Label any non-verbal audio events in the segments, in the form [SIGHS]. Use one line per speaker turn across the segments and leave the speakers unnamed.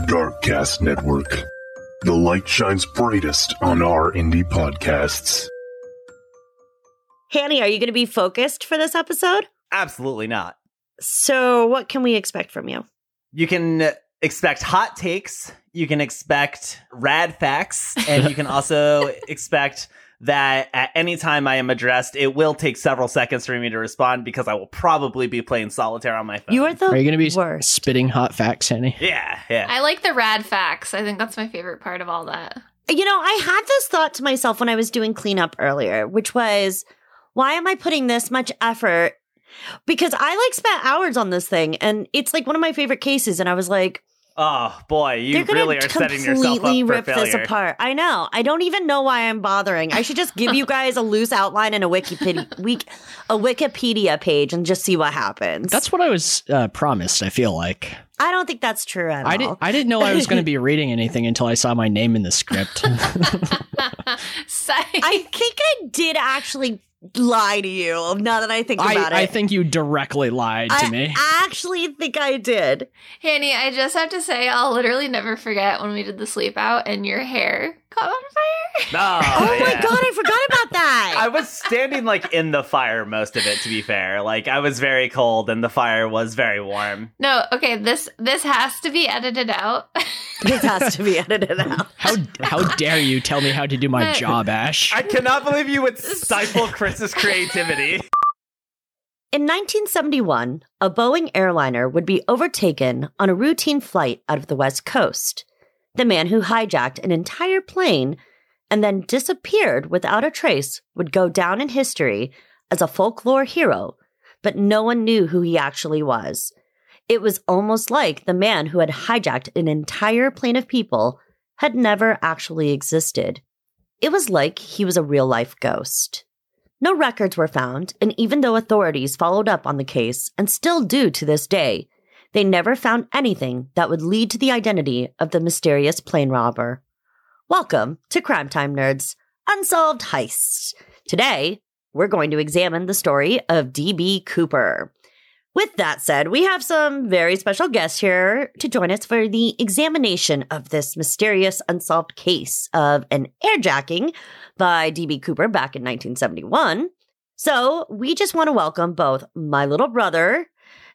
Darkcast Network. The light shines brightest on our indie podcasts.
Hanny, are you going to be focused for this episode?
Absolutely not.
So, what can we expect from you?
You can expect hot takes, you can expect rad facts, and
[LAUGHS]
you can also expect that at any time I am addressed, it will take several seconds for me to respond because I will probably be playing solitaire on my phone.
You are the
Uh, Are you going to be s-
worst.
spitting hot facts, Henny?
yeah, yeah.
I like the rad facts. I think that's my favorite part of all that. [LAUGHS]
You know, I had this thought to myself when I was doing cleanup earlier, which was, why am I putting this much effort? Because I like spent hours on this thing and it's like one of my favorite cases. And I was like,
oh boy, you
they're going
really
to
are setting yourself up
completely
for
rip
failure.
this apart. I know. I don't even know why I'm bothering. I should just give
[LAUGHS]
you guys a loose outline and a Wikipedia, week, a Wikipedia page and just see what happens.
That's what I was uh, promised. I feel like
I don't think that's true at
I
all.
didn't. I didn't know I was going
[LAUGHS]
to be reading anything until I saw my name in the script.
Psych.
I think I did actually lie to you now that I think about
I, I
it.
think you directly lied to
I
me.
actually think I did.
Hanny, I just have to say, I'll literally never forget when we did the sleep out and your hair caught on fire. [LAUGHS]
Oh,
Oh my
yeah.
god, I forgot about
I
that.
was standing like in the fire most of it to be fair. Like I was very cold and the fire was very warm.
No, okay, this this has to be edited out. [LAUGHS]
this has to be edited out.
how how dare you tell me how to do my
Hey.
job, Ash?
I cannot believe you would stifle Chris's creativity.
In 1971, a Boeing airliner would be overtaken on a routine flight out of the West Coast. The man who hijacked an entire plane and then disappeared without a trace would go down in history as a folklore hero, but no one knew who he actually was. It was almost like the man who had hijacked an entire plane of people had never actually existed. It was like he was a real life ghost. No records were found, and even though authorities followed up on the case and still do to this day, they never found anything that would lead to the identity of the mysterious plane robber. Welcome to Crime Time Nerds Unsolved Heists. Today, we're going to examine the story of D.B. Cooper. With that said, we have some very special guests here to join us for the examination of this mysterious unsolved case of an airjacking by D.B. Cooper back in 1971. So we just want to welcome both my little brother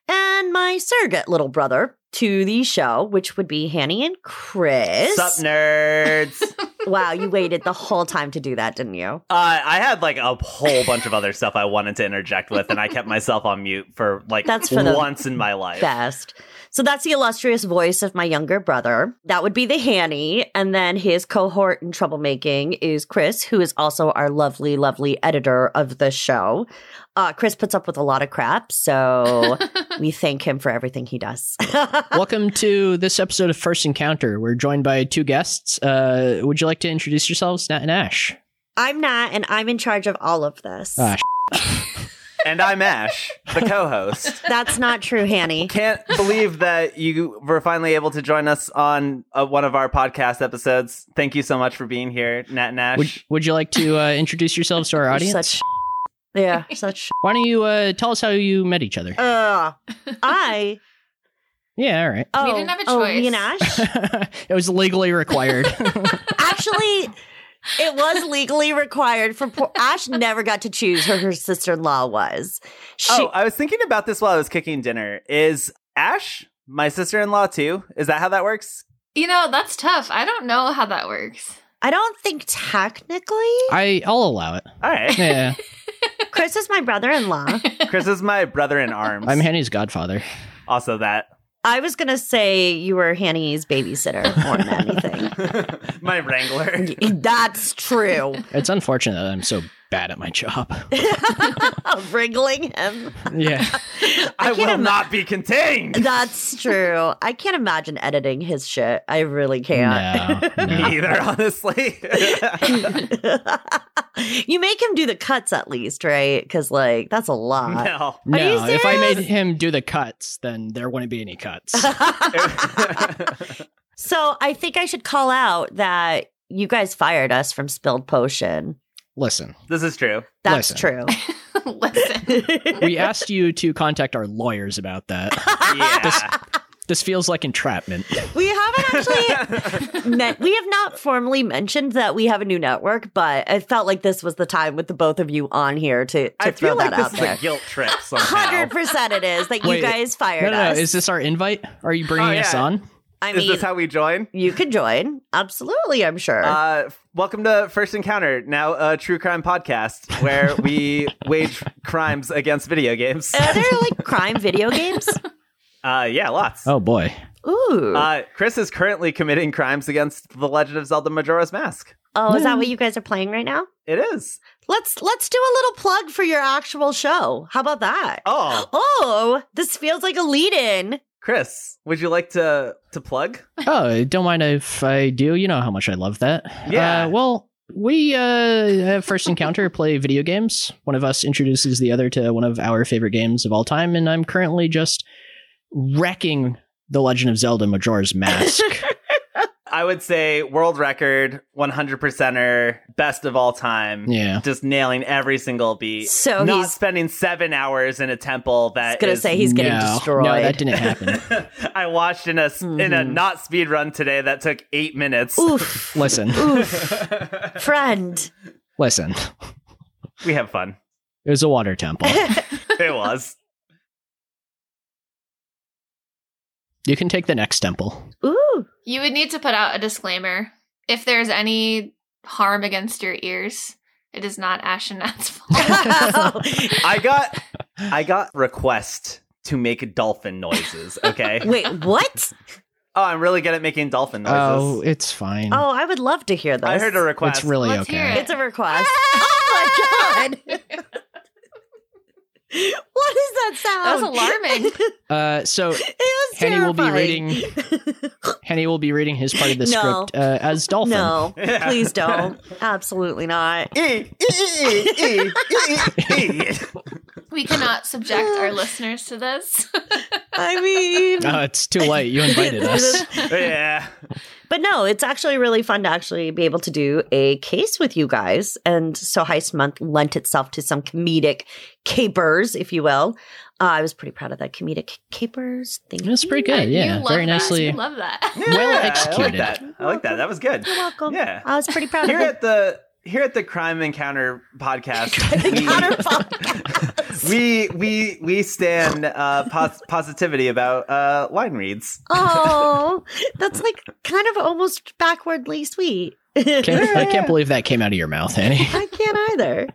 and my surrogate little brother to the show, which would be Hanny and Chris.
Sup nerds.
[LAUGHS] wow, you waited the whole time to do that, didn't you?
Uh, I had like a whole bunch of other stuff I wanted to interject with, and I kept myself on mute for like
That's for the
once in my life.
Best. So that's the illustrious voice of my younger brother. That would be the Hanny. And then his cohort in troublemaking is Chris, who is also our lovely, lovely editor of the show. Uh, Chris puts up with a lot of crap,
[LAUGHS]
so we thank him for everything he does. [LAUGHS]
Welcome to this episode of First Encounter. We're joined by two guests. Uh, would you like to introduce yourselves, Nat and Ash?
I'm not, and I'm in charge of all of this.
Ah,
And I'm Ash, the co-host.
That's not true, Hanny.
Can't believe that you were finally able to join us on uh, one of our podcast episodes. Thank you so much for being here, Nat Nash.
Would, would you like to uh, introduce yourselves to our audience?
Such [LAUGHS] yeah, such.
[LAUGHS]
Why don't you uh, tell us how you met each other?
Uh, I.
yeah, all right. [LAUGHS]
Oh,
didn't have a
oh, me
choice.
and Ash?
it was legally required.
Actually, it was legally required for poor Ash. Never got to choose who her sister in law was. She,
oh, I was thinking about this while I was cooking dinner. Is Ash my sister-in-law too? Is that how that works?
you know, that's tough. I don't know how that works. [LAUGHS]
I don't think technically
I, I'll allow
[LAUGHS]
it.
All
[LAUGHS]
right.
Yeah,
Chris is my brother in law.
Chris is my brother in arms.
I'm Henny's godfather.
also that.
I was gonna say you were Hanny's babysitter more than anything.
my [LAUGHS] wrangler.
[LAUGHS] That's true.
It's unfortunate that I'm so bad at my
[LAUGHS]
job.
Wriggling him.
yeah.
I,
can't
will
ima-
not be contained.
That's true. I can't imagine editing his shit. I really can't.
No, no.
Me either, honestly.
[LAUGHS] you make him do the cuts at least, right? Because like that's a lot.
[LAUGHS] no.
Are you
No, if I made
serious?
him do the cuts, then there wouldn't be
[LAUGHS]
any cuts.
So I think I should call out that you guys fired us from Spilled Potion.
Listen,
[LAUGHS] this is true.
That's
Listen.
Listen.
true.
[LAUGHS]
[LAUGHS] we asked you to contact our lawyers about that.
Yeah.
This- This feels like entrapment.
We haven't actually
[LAUGHS]
met, we have not formally mentioned that we have a new network, but it felt like this was the time with the both of you on here to, to
I
throw
feel like
that
this
out
is
there.
a guilt trip somehow.
Hundred percent, it is that you
Wait.
guys
No,
fired
no, no.
us.
Is this our invite? Are you bringing
Oh,
us
yeah.
on?
I
Is
mean,
this how we join?
you could join. Absolutely, I'm sure.
Uh, f- welcome to First Encounter, now a true crime podcast where [LAUGHS] we wage crimes against video games.
Are there like crime video
[LAUGHS]
games?
Uh, yeah, lots.
Oh boy.
Ooh.
Uh, Chris is currently committing crimes against The Legend of Zelda Majora's Mask.
oh, is that what you guys are playing right now?
It is.
Let's let's do a little plug for your actual show. How about that?
Oh,
Oh, this feels like a lead-in.
Chris, would you like to to plug?
Oh, don't mind if I do. You know how much I love that.
Yeah.
Uh, well, we uh, at First Encounter [LAUGHS] play video games. One of us introduces the other to one of our favorite games of all time, and I'm currently just wrecking The Legend of Zelda Majora's
[LAUGHS]
Mask.
I would say world record, 100%er, best of all time.
yeah.
Just nailing every single beat.
So
Not
he's-
spending seven hours in a temple
I was
that
gonna
is-
say
[LAUGHS]
he's getting
no,
destroyed.
No, that
[LAUGHS]
didn't happen.
[LAUGHS] I watched in a s in a
Mhm.
not speed run today that took eight minutes.
Oof.
listen,
Oof.
[LAUGHS]
Friend.
listen.
[LAUGHS] we have fun.
It was a water temple.
It was.
You can take the next temple.
Ooh. [LAUGHS]
You would need to put out a disclaimer. If there's any harm against your ears, it is not
[LAUGHS]
Ashenat's [LAUGHS] fault.
I got I got request to make dolphin noises. Okay.
[LAUGHS]
Wait, what?
oh, I'm really good at making dolphin noises.
Oh, it's fine.
Oh, I would love to hear this.
I heard a request. [LAUGHS]
it's really
Let's hear
okay.
it.
It's a request. oh my god.
[LAUGHS]
What is that
that
Oh,
was
sound?
alarming.
Uh, so
It was
Henny will be
terrifying.
Henny will be reading his part of the
[LAUGHS] No.
script uh, as Dolphin. [LAUGHS]
no,
Yeah.
please don't. Absolutely
[LAUGHS]
not.
[LAUGHS]
We cannot subject our listeners to this.
I
[LAUGHS]
mean,
No, it's too late. You invited us.
[LAUGHS] yeah.
But no, it's actually really fun to actually be able to do a case with you guys. And so Heist Month lent itself to some comedic capers, if you will. Uh, I was pretty proud of that comedic capers. Thank
It was
you.
pretty good.
[LAUGHS] You
Yeah,
love
very
that.
nicely.
You love that.
Yeah, I like
executed.
that. I like that. That was good.
You're welcome.
Yeah.
I was pretty proud
[LAUGHS] Here
of it.
at the here at the Crime Encounter
[LAUGHS]
podcast, [LAUGHS] we- we we we stand uh, pos- positivity about uh, line reads.
Oh, that's like kind of almost backwardly sweet.
Can't- I
[LAUGHS]
can't believe that came out of your mouth, Henny.
I can't either.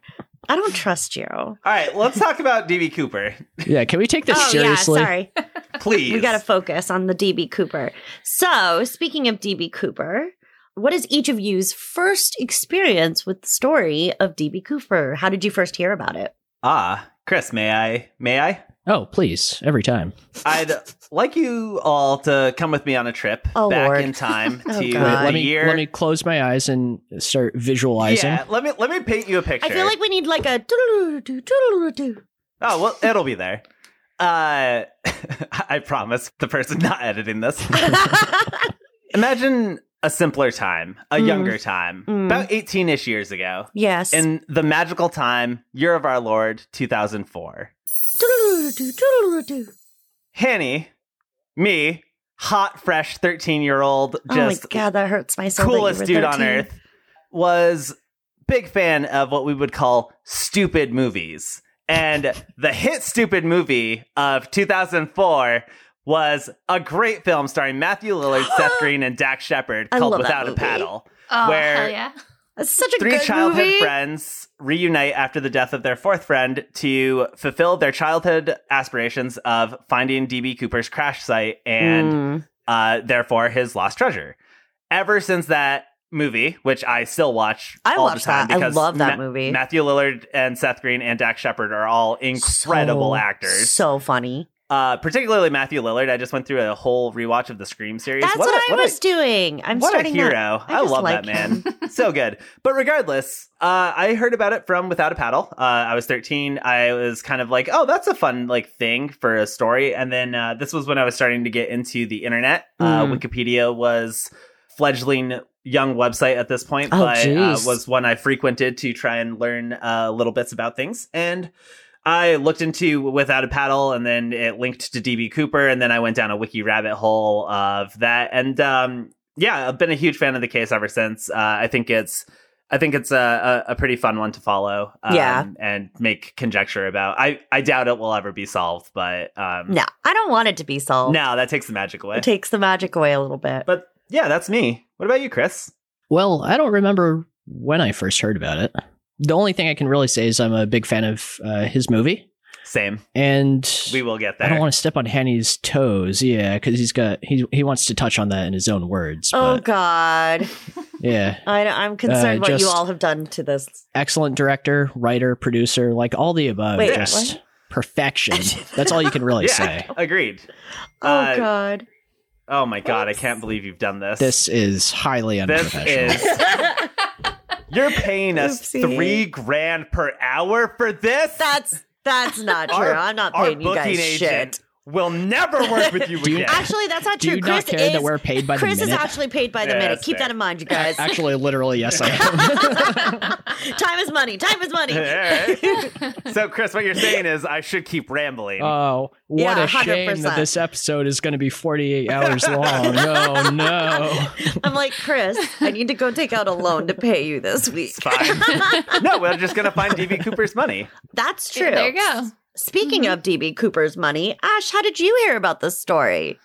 I don't trust you.
All right, let's talk about DB Cooper,
[LAUGHS] Yeah, can we take this
oh,
seriously?
yeah, sorry.
please.
We got to focus on the DB Cooper. So, speaking of DB Cooper, what is each of you's first experience with the story of DB Cooper? How did you first hear about it?
ah, Chris, may I? May I?
Oh, please, every time.
I'd like you all to come with me on a trip
Oh,
back
Lord.
in time
[LAUGHS] Oh,
to
God.
Wait,
Uh,
the
let me
year.
let me close my eyes and start visualizing.
yeah, let me let me paint you a picture.
I feel like we need like a doo-doo-doo-doo, doo-doo-doo-doo.
oh well, it'll be there. Uh, [LAUGHS] I promise the person not
[LAUGHS]
editing this. Imagine a simpler time, a
Mm.
younger time,
Mm.
about 18 ish years ago,
[LAUGHS] Yes.
in the magical time, year of our Lord, 2004.
Doo-doo-doo-doo, doo-doo-doo-doo.
Hanny, me, hot, fresh 13 year old,
Oh my
just
god, that hurts my soul. that you
coolest
were
dude on
13.
earth, was big fan of what we would call stupid movies. And the hit stupid movie of 2004 was a great film starring Matthew
[GASPS]
Lillard, Seth Green, and Dak Shepard
I
called
love that
Without a
movie.
Paddle.
Oh,
Where-
hell yeah.
That's such a
Three
good
childhood
movie.
friends reunite after the death of their fourth friend to fulfill their childhood aspirations of finding DB Cooper's crash site and
Mm.
uh, therefore his lost treasure. Ever since that movie, which I still watch,
I
all
watch
the time
that. I
because
love that movie.
Matthew Lillard and Seth Green and Dak Shepard are all incredible
So-
actors.
So funny.
uh, particularly Matthew Lillard. I just went through a whole rewatch of the Scream series.
That's
What
what,
a-
I
what a-
was doing. I'm
what a
starting
hero!
that.
I,
just
love
like
that man. [LAUGHS]
[LAUGHS]
so good. But regardless, uh, I heard about it from Without a Paddle. Uh, I was 13. I was kind of like, oh, that's a fun like thing for a story. And then uh, this was when I was starting to get into the internet. Uh,
Mm.
Wikipedia was fledgling young website at this point,
Oh,
but uh,
geez.
was one I frequented to try and learn uh, little bits about things. And I looked into Without a Paddle, and then it linked to DB Cooper, and then I went down a wiki rabbit hole of that. And um, yeah, I've been a huge fan of the case ever since. Uh, I think it's, I think it's a, a, a pretty fun one to follow. Um,
Yeah.
and make conjecture about. I I doubt it will ever be solved, but um,
No, I don't want it to be solved.
no, that takes the magic away.
It takes the magic away a little bit.
but yeah, that's me. What about you, Chris?
Well, I don't remember when I first heard about it. The only thing I can really say is I'm a big fan of uh, his movie,
Same.
and
We will get there.
I don't want to step on Hanny's toes. Yeah, because he's got he he wants to touch on that in his own words.
oh,
but,
God.
yeah,
I, I'm concerned
Uh,
what you
just-
all have done to this.
excellent director, writer, producer, like all the above,
Wait,
just
what? [LAUGHS]
perfection. That's all you can really
yeah,
say.
[LAUGHS] agreed.
Oh,
Uh,
God.
Oh my god, I
Thanks.
can't believe you've done this.
This is highly
this
unprofessional.
is you're paying us
Oopsie.
three grand per hour for this.
That's that's not true.
Our-
I'm not
Our
paying you guys
booking
shit.
agent will never work with you
[LAUGHS] Do you-
again.
Actually, that's not
Do
true.
you
Chris
not care
is
that we're paid by
Chris
the
is
minute?
actually paid by the
Yeah,
minute.
that's
Keep
fair.
that in mind, you
[LAUGHS]
guys.
actually, literally, yes,
[LAUGHS]
I am.
time is money. Time is
[LAUGHS]
money.
All right. So, Chris, what you're saying is I should keep rambling.
Uh.
Oh, what
Yeah,
a shame that
100%.
this episode is going to be 48 hours
[LAUGHS]
long. oh, no.
I'm like, Chris, I need to go take out a loan to pay you this week.
it's fine. no, we're just gonna find DB Cooper's money.
[LAUGHS] That's true.
Yeah, there you go.
Speaking
Mm-hmm.
of DB Cooper's money, Ash, how did you hear about this story?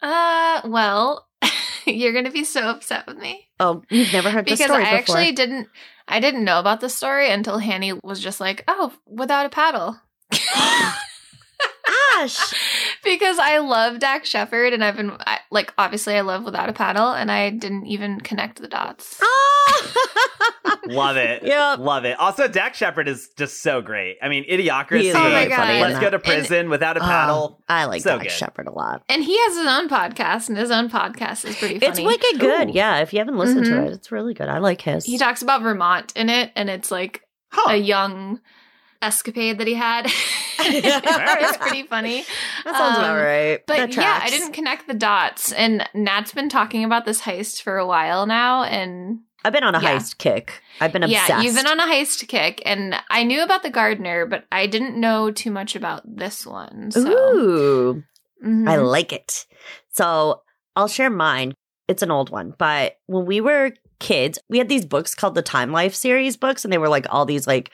Uh, well, [LAUGHS] you're gonna be so upset with me
Oh, you've never heard this
because
story
I
before.
actually didn't. I didn't know about this story until Hanny was just like, "Oh, without a paddle," [LAUGHS]
Ash, [LAUGHS]
because I love Dak Shepard, and I've been I, like, obviously, I love without a paddle, and I didn't even connect the dots.
[LAUGHS]
oh!
Love it.
Yep.
Love it. Also, Dak Shepard is just so great. I mean, Idiocracy.
He is
Oh my really God. funny in
Let's
that.
go to prison without a
uh,
paddle.
Ah, I like
So
Doc
good.
Shepard a lot.
And he has his own podcast, and his own podcast is pretty funny.
It's wicked good.
Ooh.
Yeah, if you haven't listened
Mhm.
Mm-hmm.
to it, it's really good. I like his.
he talks about Vermont in it, and it's like
Oh.
Huh.
a young escapade that
[LAUGHS]
he had. [LAUGHS] it's pretty funny.
that sounds about
um,
right. That
But yeah, I
tracks.
didn't connect the dots. And Nat's been talking about this heist for a while now. And
I've been on a
Yeah.
heist kick. I've been obsessed.
yeah, you've been on a heist kick. And I knew about the gardener, but I didn't know too much about this one. So.
Ooh,
Mhm.
I like it. So I'll share mine. It's an old one, but when we were kids, we had these books called the Time Life series books, and they were like all these like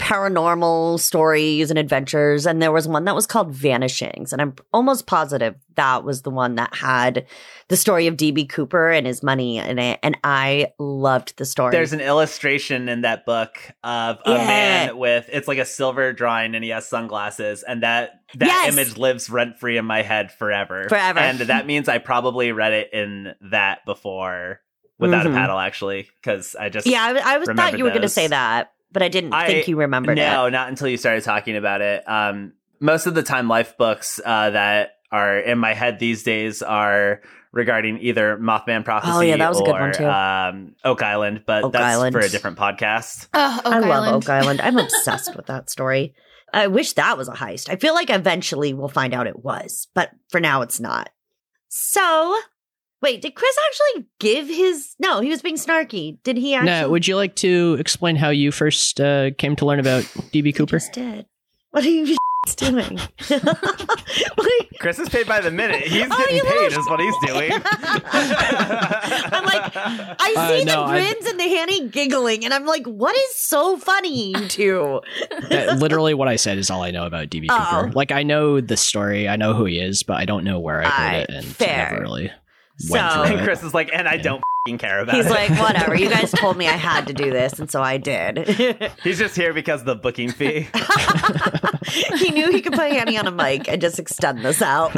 paranormal stories and adventures. And there was one that was called Vanishings, and I'm almost positive that was the one that had the story of DB Cooper and his money in it. And I loved the story.
There's an illustration in that book of a
Yeah.
man with it's like a silver drawing and he has sunglasses and that that
Yes.
image lives rent free in my head forever.
Forever.
And that means I probably read it in that before without
Mhm.
a paddle actually cuz I just
yeah, I, I was thought
Remember
you were going to
those.
say that, but I didn't
I-
think you remembered it.
No, not until you started talking about it. Um, most of the time, life books uh, that are in my head these days are regarding either Mothman Prophecy
Oh, yeah, that was a
or
good one, too.
Um, Oak Island, but
Oak
that's
Island.
for a different podcast.
Oh, Oak
I love
Island.
Oak Island. I'm obsessed with [LAUGHS] that story. I wish that was a heist. I feel like eventually we'll find out it was, but for now it's not. So, wait, did Chris actually give his? No, he was being snarky. Did he actually?
Now, would you like to explain how you first uh, came to learn about DB
He
Cooper?
just did. What are you [LAUGHS] doing? What are you-
Chris is paid by the minute. He's
[LAUGHS] Oh,
getting
you
paid,
little
is what he's doing.
[LAUGHS] I'm like, I
Uh,
see
no,
the
I-
grins and the Hanny giggling, and I'm like, what is so funny, you
[LAUGHS]
two?
that, literally, what I said is all I know about DB
Oh.
Cooper. Like, I know the story, I know who he is, but I don't know where I heard
Aye,
it, and
fair.
never really. Went
So-
[LAUGHS]
through
and [LAUGHS]
it.
Chris is like, and I don't fing care about
He's
it.
like, whatever. You guys told me I had to do this, and so I did.
[LAUGHS] he's just here because of the
[LAUGHS]
booking fee.
he knew he could put Hanny on a mic and just extend this out.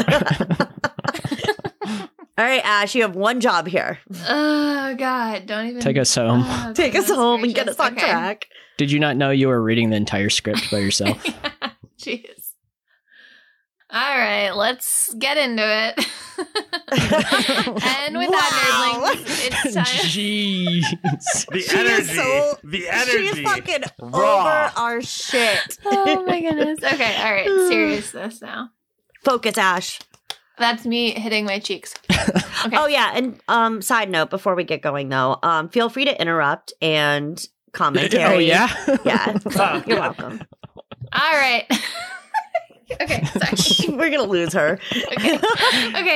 [LAUGHS]
All right, Ash, you have one job here.
Oh, God. Don't even
Take us home.
Oh,
[LAUGHS] Take us
goodness
home and get us
gracious.
on
Okay.
track.
Did you not know you were reading the entire script
[LAUGHS]
by yourself?
[LAUGHS] Jeez. All right, let's get into it. [LAUGHS] and with
[LAUGHS]
that,
Wow.
nerdlings, it's
[LAUGHS]
time. [LAUGHS]
Jeez.
The
She
energy.
is so-
the
She
energy.
is fucking
Raw.
over our shit.
Oh my goodness. Okay, all
[SIGHS]
right. Seriousness now.
Focus, Ash.
That's me hitting my cheeks. Okay.
Oh yeah, and um, side note before we get going though, um, feel free to interrupt and commentary.
[LAUGHS] oh, yeah? [LAUGHS]
yeah.
Oh,
You're
God.
welcome. [LAUGHS]
All right. [LAUGHS] okay, sorry.
We're gonna lose her.
Okay. okay,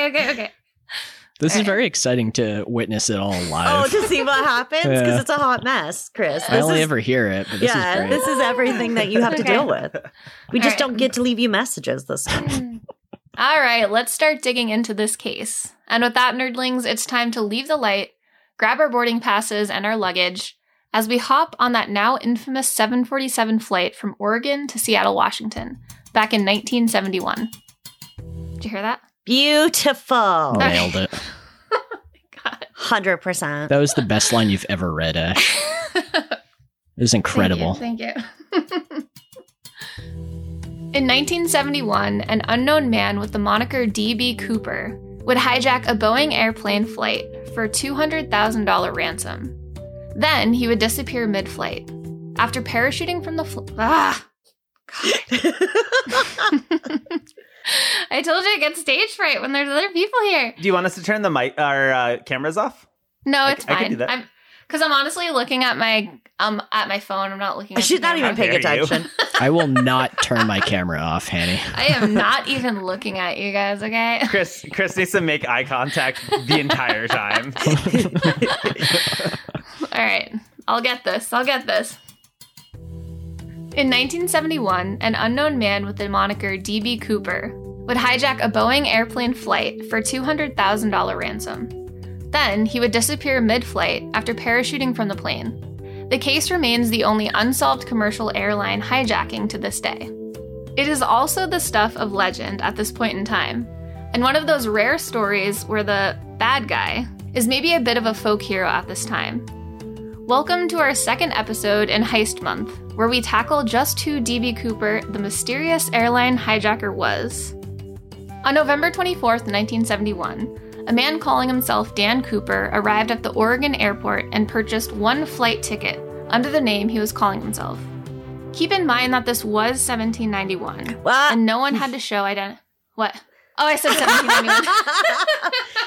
okay, okay.
This is very exciting to witness it all
Oh,
live.
to see what happens because
Yeah.
it's a hot mess, Chris.
I
This
only
is-
ever hear it, but this
yeah,
is great.
this is everything that you have to
Okay.
deal with. We
All
just
right.
don't get to leave you messages this time.
Hmm. All right, let's start digging into this case. And with that, nerdlings, it's time to leave the light, grab our boarding passes and our luggage as we hop on that now infamous 747 flight from Oregon to Seattle, Washington, back in 1971. Did you hear that? [LAUGHS]
Beautiful.
Okay.
Oh, Nailed it.
God.
100%.
That was the best line you've ever
[LAUGHS]
read, Ash. It was incredible.
Thank you. Thank you. In 1971, an unknown man with the moniker D.B. Cooper would hijack a Boeing airplane flight for a $200,000 ransom. Then he would disappear mid flight. After parachuting from the. Fl- ah! [LAUGHS] I told you I get stage fright when there's other people here.
Do you want us to turn the mic our uh, cameras off?
No,
I-
it's
I
fine.
could do that.
I'm because I'm honestly looking at my um at my phone. I'm not looking.
[LAUGHS]
at
She's
the
not
camera.
even
How
paying
dare you.
attention.
I will not turn my camera off, Hanny. [LAUGHS]
I am not even looking at you guys. Okay.
Chris Chris needs to make eye contact the
[LAUGHS]
entire time.
[LAUGHS] All right. I'll get this. I'll get this. In 1971, an unknown man with the moniker D.B. Cooper would hijack a Boeing airplane flight for $200,000 ransom. Then he would disappear mid flight after parachuting from the plane. The case remains the only unsolved commercial airline hijacking to this day. It is also the stuff of legend at this point in time, and one of those rare stories where the bad guy is maybe a bit of a folk hero at this time. Welcome to our second episode in Heist Month, where we tackle just who DB Cooper, the mysterious airline hijacker, was. On November 24th, 1971, a man calling himself Dan Cooper arrived at the Oregon airport and purchased one flight ticket under the name he was calling himself. Keep in mind that this was 1791,
What?
and no one had to show identity. What? Oh, I said 1791.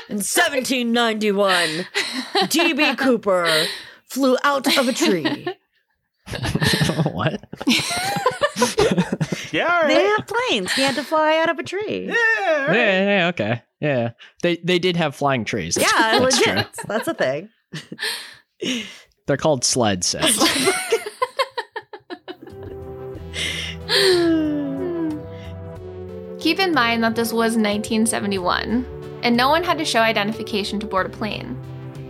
In 1791,
[LAUGHS]
D.B. Cooper flew out of a tree.
what?
Yeah, all
They
right.
have planes. He had to fly out of a tree.
Yeah, all
Yeah,
right.
yeah, yeah, okay. Yeah. They they did have flying trees. That's,
yeah,
[LAUGHS] that's
legit.
true.
That's a thing. [LAUGHS]
They're called sled sets.
Keep in mind that this was 1971, and no one had to show identification to board a plane.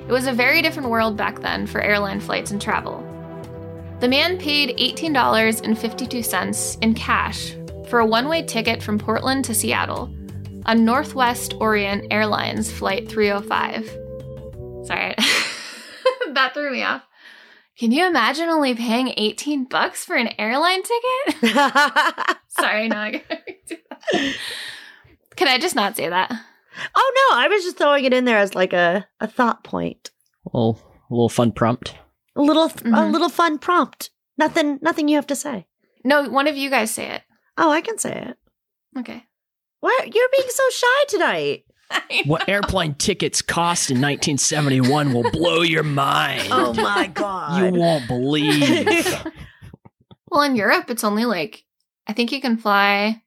It was a very different world back then for airline flights and travel. The man paid $18.52 in cash for a one way ticket from Portland to Seattle on Northwest Orient Airlines Flight 305. Sorry, [LAUGHS] that threw me off. Can you imagine only paying 18 bucks for an airline ticket?
oh
Sorry, no, I [LAUGHS] can't do that. Can I just not say that?
Oh, no, I was just throwing it in there as like a, a thought point.
little, little fun prompt.
A little a
Mhm.
little fun prompt. Nothing nothing you have to say.
No, one of you guys say it.
Oh, I can say it.
Okay.
What you're being so shy tonight.
What airplane tickets cost in 1971 will blow your mind. [LAUGHS]
Oh my god.
you won't
[LAUGHS]
believe.
Well, in Europe, it's only like I think you can fly.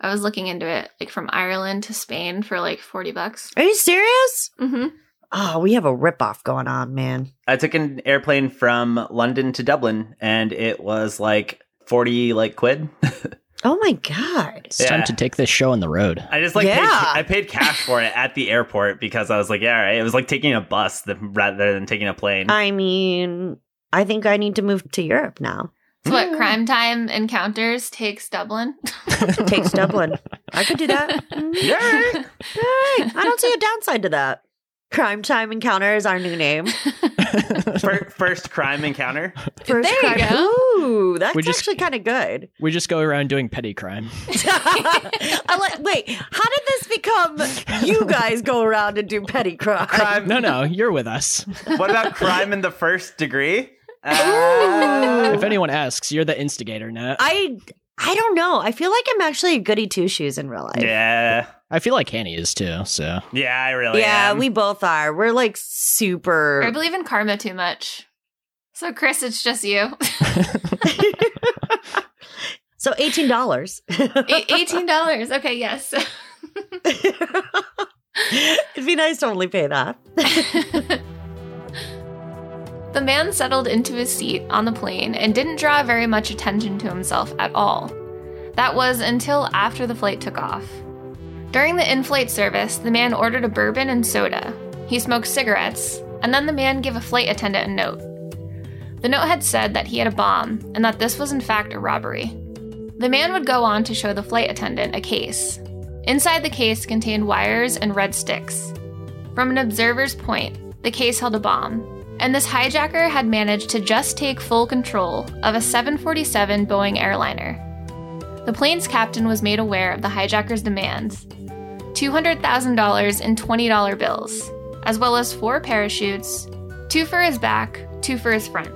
I was looking into it, like from Ireland to Spain for like forty bucks.
Are you serious?
Mm-hmm.
Oh, we have a ripoff going on, man.
I took an airplane from London to Dublin and it was like 40 like quid.
Oh my god.
It's time
Yeah.
to take this show on the road.
I just like
Yeah.
paid, I paid cash for it at the airport because I was like, yeah, all right. It was like taking a bus th- rather than taking a plane.
I mean, I think I need to move to Europe now.
So what
Mm.
crime time encounters takes Dublin?
Takes Dublin. I could do that. Mm,
[LAUGHS] Yeah, all right.
all right. I don't see a downside to that. Crime Time Encounter is our new name.
Fir- first crime encounter.
First
There you
crime.
go.
Ooh, that's
We just-
actually kind of good. [LAUGHS]
We just go around doing petty crime.
I like- Wait, how did this become you guys go around and do petty [LAUGHS] crime?
Crime.
No, no, you're with us.
What about crime in the first degree?
Ooh.
Uh,
If anyone asks, you're the instigator, Nat. I,
I I don't know. I feel like I'm actually a goody two shoes in real life.
yeah.
feel like Hanny is too, so.
Yeah, I really
Yeah,
am.
we both are. We're like
I
super.
believe in karma too much. So Chris, it's just you.
[LAUGHS] So $18.
E- $18. Okay, yes. [LAUGHS]
It'd be nice to only pay that.
The man settled into his seat on the plane and didn't draw very much attention to himself at all. That was until after the flight took off. During the in flight service, the man ordered a bourbon and soda. He smoked cigarettes, and then the man gave a flight attendant a note. The note had said that he had a bomb and that this was in fact a robbery. The man would go on to show the flight attendant a case. Inside the case contained wires and red sticks. From an observer's point, the case held a bomb, and this hijacker had managed to just take full control of a 747 Boeing airliner. The plane's captain was made aware of the hijacker's demands $200,000 in $20 bills, as well as four parachutes, two for his back, two for his front.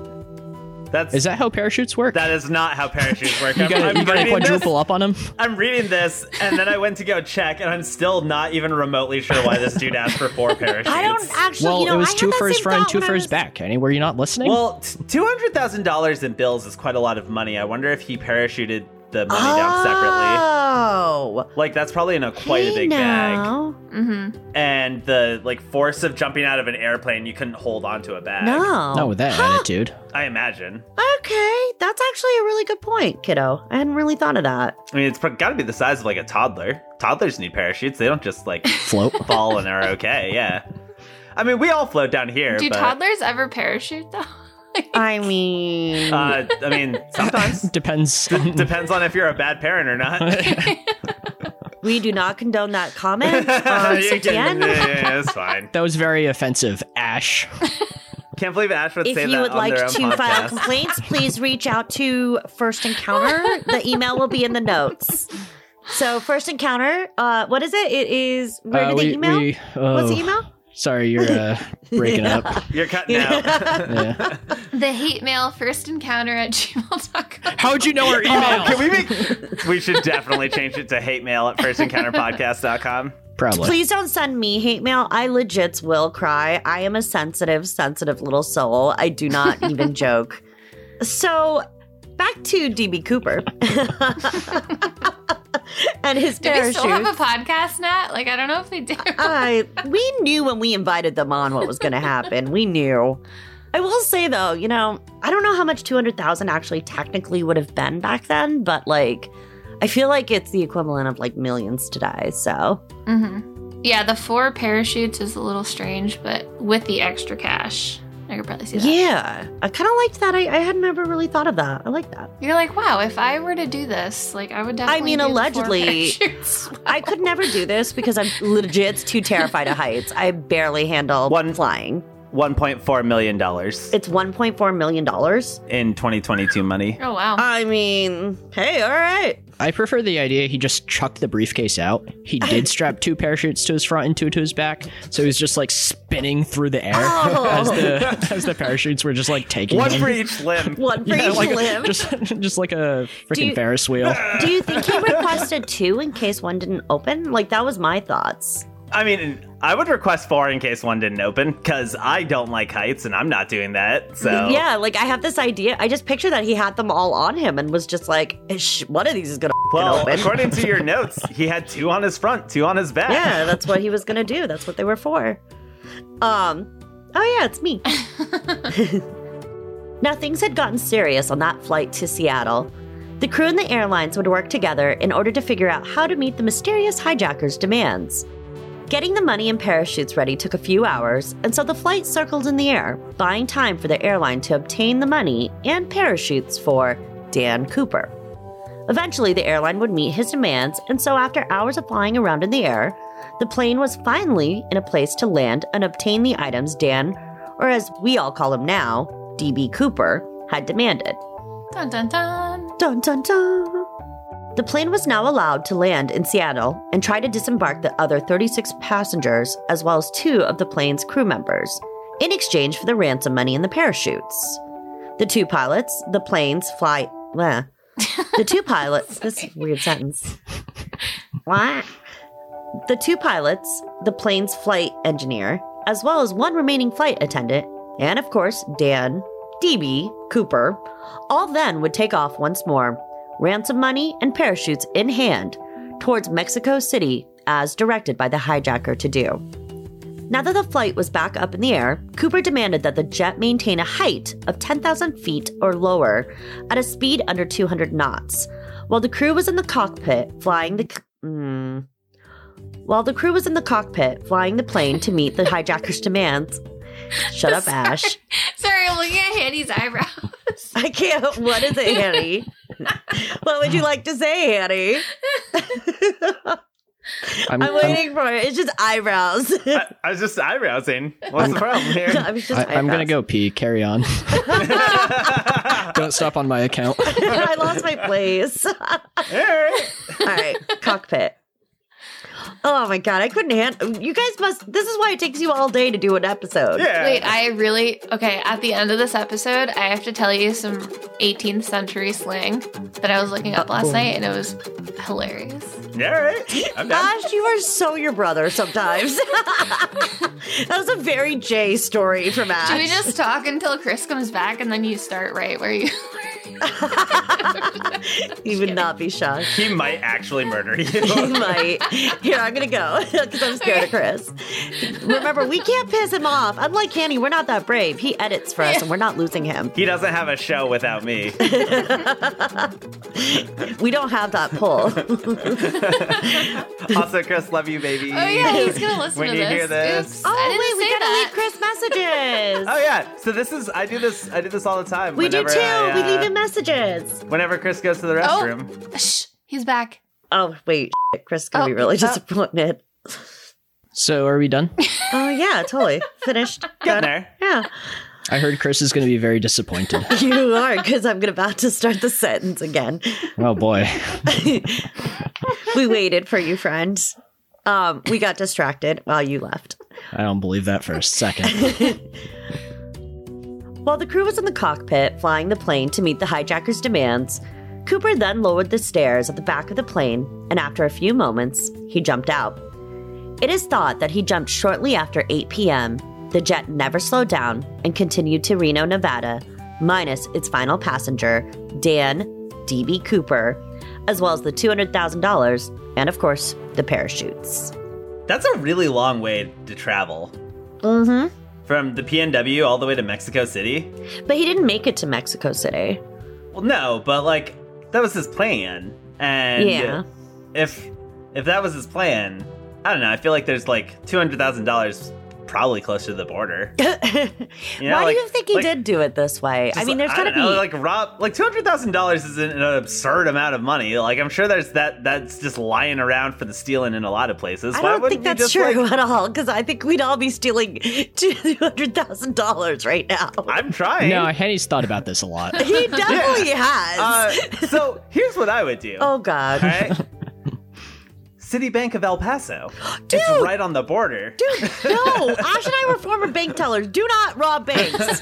That's
Is that how parachutes work?
that is not how
[LAUGHS]
parachutes work.
you gotta,
I'm,
you
I'm
gotta
reading this-
quadruple up on them.
I'm reading this, and then I went to go check, and I'm still not even remotely sure why this dude asked for
[LAUGHS]
four parachutes.
I don't actually,
Well,
you know,
it
I
was
had
two
that
for his
same
front,
thought
two
when I
for his
was-
back. Annie, were you not listening?
Well, two hundred thousand dollars in bills is quite a lot of money. I wonder if he parachuted the money down
Ah.
separately.
Oh.
Like that's probably in a quite a
Hey
big bag.
now.
hmm
And the like force of jumping out of an airplane, you couldn't hold onto a bag.
No.
not with that
Huh.
attitude.
I imagine.
Okay, that's actually a really good point, kiddo. I hadn't really thought of that.
I mean, it's pro- got to be the size of like a toddler. Toddlers need parachutes. They don't just
[LAUGHS]
like
Float.
fall and are okay. Yeah. I mean, we all float down here.
Do
but,
toddlers ever parachute though? [LAUGHS]
I mean,
Uh, I mean, sometimes
Depends. on-
depends on if you're a bad parent or [LAUGHS] not.
we do not condone that comment on
[LAUGHS] uh, You can- uh, yeah,
CTN.
yeah, it's fine.
[LAUGHS] that was very offensive, Ash.
Can't believe Ash would say
If you
that
would
on
like
their
to
own
file
podcast.
complaints, please reach out to First Encounter. The email will be in the notes. So, First Encounter, uh, what is it? It is, where
Uh,
did the
we-
email?
we-
What's
oh,
the email?
Sorry, you're uh, breaking up.
[LAUGHS] You're cutting out.
[LAUGHS]
[LAUGHS]
Yeah.
The hate mail first encounter at gmail.com.
How'd you know our
Oh,
email?
can we make? We should definitely change it to hate mail at firstencounterpodcast.com.
Probably.
Please don't send me hate mail. I legit will cry. I am a sensitive, sensitive little soul. I do not
[LAUGHS]
even joke. So, back to DB
[LAUGHS]
Cooper [LAUGHS] and his
Do we still have
parachute.
a podcast, Nat? Like, I don't know if we do.
I we knew when we invited them on what was going to happen. We knew. I will say though, you know, I don't know how much 200,000 actually technically would have been back then, but like I feel like it's the equivalent of like millions today. So, Mm-hmm.
hmm Yeah, the four parachutes is a little strange, but with the extra cash, I could probably see that.
Yeah, I kind of liked that. I, I had never really thought of that. I like that.
You're like, wow, if I were to do this, like, I would definitely.
mean,
do the four
allegedly-
parachutes. [LAUGHS]
I could never do this because I'm legit too terrified of heights. I barely handle
One-
flying.
One point four million dollars
It's 1.4 million dollars.
in 2022 money.
oh wow.
I mean, hey, all right.
I prefer the idea he just chucked the briefcase out. He did strap two parachutes to his front and two to his back, so he was just like spinning through the air
Oh.
[LAUGHS] as the as the parachutes were just like taking
One
him.
for each limb.
[LAUGHS] One for
Yeah,
each
[LAUGHS] like,
limb.
Just [LAUGHS] just like a
Do
freaking
you-
Ferris wheel.
do you think he requested two in case one didn't open? Like that was my thoughts.
I mean, I would request four in case one didn't open because I don't like heights and I'm not doing that. So
Yeah, like I have this idea. I just picture that he had them all on him and was just like, "Sh- one of these is gonna
Well,
open.
according to your notes, he had two on his front, two on his back.
yeah, that's what he was gonna do. That's what they were for. Um, oh yeah, it's me. now things had gotten serious on that flight to Seattle. The crew and the airlines would work together in order to figure out how to meet the mysterious hijacker's demands. Getting the money and parachutes ready took a few hours, and so the flight circled in the air, buying time for the airline to obtain the money and parachutes for Dan Cooper. Eventually, the airline would meet his demands, and so after hours of flying around in the air, the plane was finally in a place to land and obtain the items Dan, or as we all call him now, DB Cooper, had demanded.
dun dun dun.
Dun dun dun! The plane was now allowed to land in Seattle and try to disembark the other 36 passengers, as well as two of the plane's crew members, in exchange for the ransom money and the parachutes. The two pilots, the plane's flight. Bleh. The [LAUGHS] two pilots. this is a weird sentence. What? The two pilots, the plane's flight engineer, as well as one remaining flight attendant, and of course, Dan, DB, Cooper, all then would take off once more, ransom money, and parachutes in hand towards Mexico City as directed by the hijacker to do. Now that the flight was back up in the air, Cooper demanded that the jet maintain a height of 10,000 feet or lower at a speed under 200 knots, while the crew was in the cockpit flying the. c- Mm. While the crew was in the cockpit flying the plane to [LAUGHS] meet the hijacker's demands. Shut up, Ash.
Sorry, I'm looking at Handy's eyebrows.
[LAUGHS] I can't. What is it, Annie? [LAUGHS] what would you like to say, Annie? I'm
I'm, I'm,
waiting for it. It's just [LAUGHS] eyebrows.
I, I was just eyebrowsing. What's the problem here?
I [LAUGHS] was just
I, am gonna
eyebrows.
go pee. Carry on. Don't stop on my account.
[LAUGHS] I lost my place. [LAUGHS] All right, cockpit. Oh my god, I couldn't handle. You guys must. This is why it takes you all day to do an episode.
Yeah.
Wait, I really okay. At the end of this episode, I have to tell you some 18th century slang that I was looking up last night, and it was hilarious.
Yeah, all right. I'm down.
Gosh, you are so your brother
[LAUGHS]
sometimes. [LAUGHS] that was a very Jay story from Ash.
Should we just talk until Chris comes back, and then you start right where you?
he would not be shocked.
He might actually murder
[LAUGHS] He
you.
might. Here, I'm gonna go [LAUGHS] because I'm scared of Chris. Remember, we can't piss him off. Unlike Hanny, we're not that brave. He edits for us, and we're not losing him.
he doesn't have a show without me.
We don't have that
[LAUGHS]
pull.
Also, Chris, love you, baby.
Oh yeah, he's gonna
[LAUGHS]
listen
When
to
you
this.
hear this-
Oops,
Oh
I didn't
wait, we
say
gotta
that.
leave Chris messages.
[LAUGHS] Oh yeah. So this is I do this I do this all the time.
we
whenever
do too.
I,
we
uh,
leave him messages.
Whenever Chris goes to the restroom.
Oh, Shh, he's back.
Oh wait, shit, Chris is gonna
Oh,
be really
oh.
disappointed.
So are we done?
Oh yeah, totally finished.
Get in
Done.
there.
Yeah, [LAUGHS]
I heard Chris is going to be very disappointed.
you are because I'm gonna about to start the sentence again.
Oh boy.
We waited for you, friend. Um, we got distracted while you left.
I don't believe that for a second.
While the crew was in the cockpit flying the plane to meet the hijacker's demands, Cooper then lowered the stairs at the back of the plane, and after a few moments, he jumped out. It is thought that he jumped shortly after 8 p.m. The jet never slowed down and continued to Reno, Nevada, minus its final passenger, Dan D.B. Cooper, as well as the $200,000 and, of course, the parachutes.
That's a really long way to travel.
Mm
From the PNW all the way to Mexico City.
hmm. But he didn't make it to Mexico City. [LAUGHS]
Well, no, but like that was his plan, and
Yeah.
if if that was his plan, I don't know. I feel like there's like two hundred thousand dollars probably close to
[LAUGHS]
the border. You know,
Why
like-
do you think he
like,
did do it this way? I
just-
mean, there's gotta
don't know,
be.
like Rob, like two hundred thousand dollars isn't an absurd amount of money. Like I'm sure there's that that's just lying around for the stealing in a lot of places.
I
Why
don't
wouldn't
think
you
that's
just,
true
like-
at all because I think we'd all be stealing [LAUGHS] two hundred thousand dollars right now.
I'm trying.
No, Henny's thought about this a lot.
[LAUGHS] he definitely has.
uh, so here's what I would do.
oh God, [LAUGHS]
All right. Citibank of
[GASPS]
El Paso. It's right on the border.
dude, no! Ash and I were former bank tellers. Do not rob
[LAUGHS]
banks.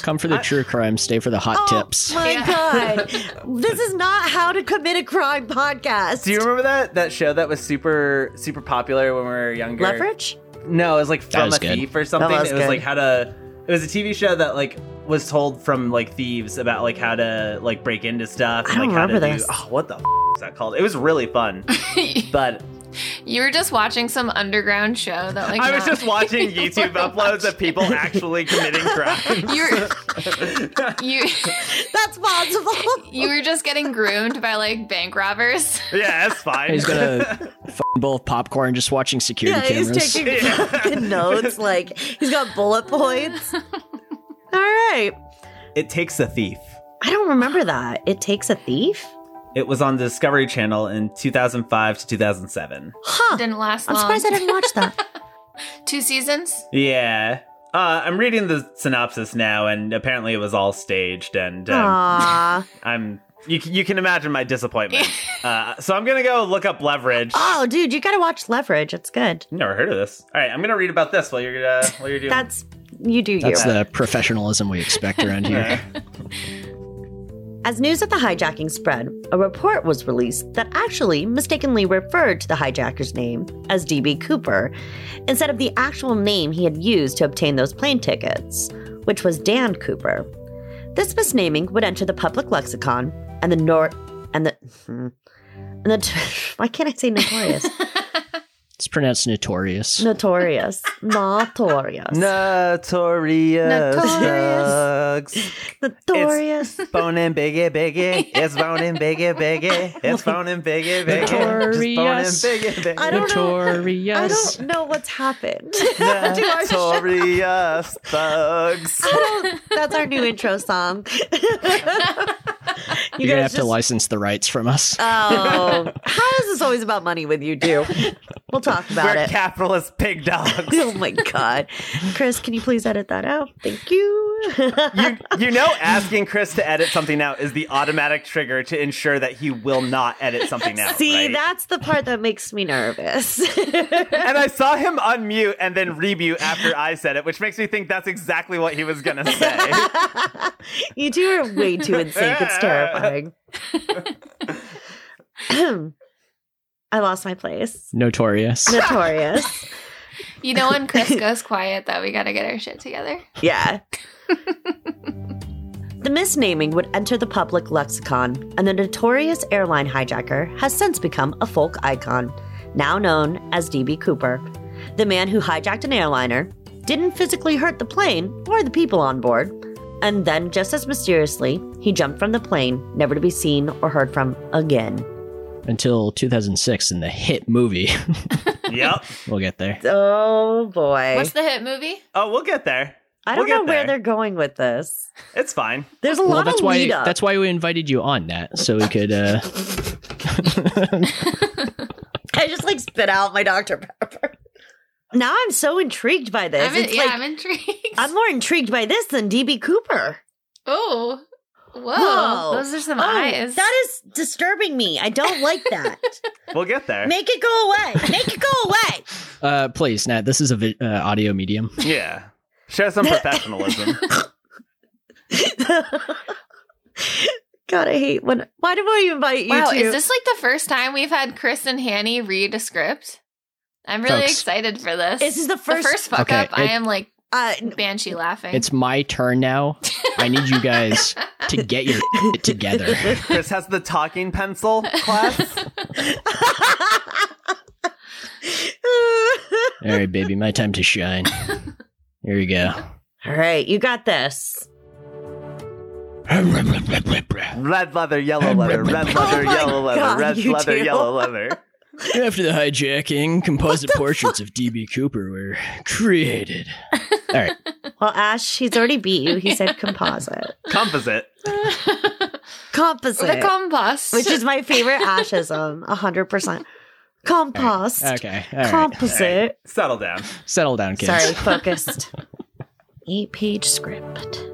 Come for the true crime, stay for the hot
Oh
tips.
my
Yeah.
God, this is not how to commit a crime podcast.
Do you remember that that show that was super super popular when we were younger?
leverage?
No, it was like from
was
a
good.
thief or something.
That was
it was
good.
like how to. It was a TV show that like was told from like thieves about like how to like break into stuff. And,
I don't
like, how
remember
to
this.
Do, oh, what the f- is that called? It was
[LAUGHS]
really fun, but
You were just watching some underground show that like
I was
not-
[LAUGHS]
just watching YouTube uploads of people actually committing crimes.
[LAUGHS] you were
[LAUGHS]
you
That's possible.
you were just getting groomed by like bank robbers. [LAUGHS]
yeah, that's fine.
[LAUGHS]
He's gonna f- bowl of popcorn just watching security
yeah, he's
cameras.
taking [LAUGHS] fucking notes. Like he's got bullet points. All right.
[LAUGHS] it takes a thief.
I don't remember that. It takes a thief?
It was on the Discovery Channel in 2005 to 2007.
Huh.
Didn't last
I'm
long.
surprised I didn't watch
[LAUGHS]
that.
Two seasons.
Yeah. Uh, I'm reading the synopsis now, and apparently it was all staged. And um,
Aww.
I'm you, c- you can imagine my disappointment. uh, so I'm gonna go look up leverage.
Oh, dude, you gotta watch Leverage. It's good.
Never heard of this. All right, I'm gonna read about this while you're uh, while you're doing.
That's you do you.
That's the professionalism we expect around
[LAUGHS]
All
here.
right.
As news of the hijacking spread, a report was released that actually mistakenly referred to the hijacker's name as DB Cooper instead of the actual name he had used to obtain those plane tickets, which was Dan Cooper. This misnaming would enter the public lexicon and the nor and the [LAUGHS] hmm. and the [LAUGHS] why can't I say notorious?
It's pronounced notorious.
notorious, notorious,
Notorious, thugs.
Notorious.
[LAUGHS]
notorious.
Boning biggie biggie. It's boning biggie biggie. It's boning biggie biggie. It's
Notorious.
boning biggie biggie.
I don't know- I
notorious.
don't know what's happened.
Notorious thugs.
[LAUGHS] That's our new intro [LAUGHS] song.
You're gonna
guys
have to
just-
license the rights from us.
Oh, [LAUGHS] how is this always about money with you two? We'll talk about
We're
it.
capitalist pig dogs.
[LAUGHS] oh my god, Chris, can you please edit that out? Thank you. [LAUGHS]
You, you know, asking Chris to edit something out is the automatic trigger to ensure that he will not edit something out.
See,
right?
that's the part that makes me nervous. [LAUGHS]
And I saw him unmute and then remute after I said it, which makes me think that's exactly what he was going to
[LAUGHS]
say.
you two are way too in sync. It's terrifying. [CLEARS THROAT] I lost my place.
Notorious.
Notorious.
You know when Chris goes quiet that we gotta get our shit together.
Yeah. [LAUGHS] the misnaming would enter the public lexicon, and the notorious airline hijacker has since become a folk icon, now known as D.B. Cooper, the man who hijacked an airliner, didn't physically hurt the plane or the people on board, and then, just as mysteriously, he jumped from the plane, never to be seen or heard from again.
Until 2006 in the hit movie. [LAUGHS]
yep.
we'll get there.
Oh boy.
What's the hit movie?
Oh, we'll get there.
I don't
we'll get
know where
there.
they're going with this.
It's fine.
There's a
Well,
lot
that's
of
why
lead up.
that's why we invited you on that so we could. uh
[LAUGHS] I just like spit out my Dr. Pepper. Now I'm so intrigued by this.
I'm in-
it's
yeah,
like
I'm
I'm,
intrigued. [LAUGHS]
more intrigued by this than DB Cooper.
oh, whoa.
Whoa.
Those are some
Oh,
eyes.
that is disturbing me. I don't like
[LAUGHS]
that.
We'll get there.
Make it go away. Make it go away.
Uh, please, Nat. This is a vi- uh, audio medium.
Yeah. Show some
[LAUGHS]
professionalism.
[LAUGHS]
God, I hate when. Why do I invite you?
wow,
to-
is this like the first time we've had Chris and Hanny read a script? I'm really
Folks.
excited for this.
This is the first-
fuck
Okay,
up. I
it-
am like
Uh, [LAUGHS]
banshee laughing.
It's my turn now. I need you guys to get your shit together.
Chris has the talking pencil class.
All right, baby, my time to shine. Here we go.
All right, you got this.
Red leather, yellow leather, red leather,
Oh my
yellow leather,
God,
red
you
leather,
two.
yellow leather.
After the hijacking, composite portraits of DB Cooper were created. All right,
Well, Ash, he's already beat you. He said composite.
[LAUGHS]
Composite.
Composite.
the compost.
which is my favorite ashism, hundred
[LAUGHS]
percent. Compost,
okay, all right.
composite.
Settle down.
Settle down, kids.
Sorry,
[LAUGHS]
focused. Eight-page script.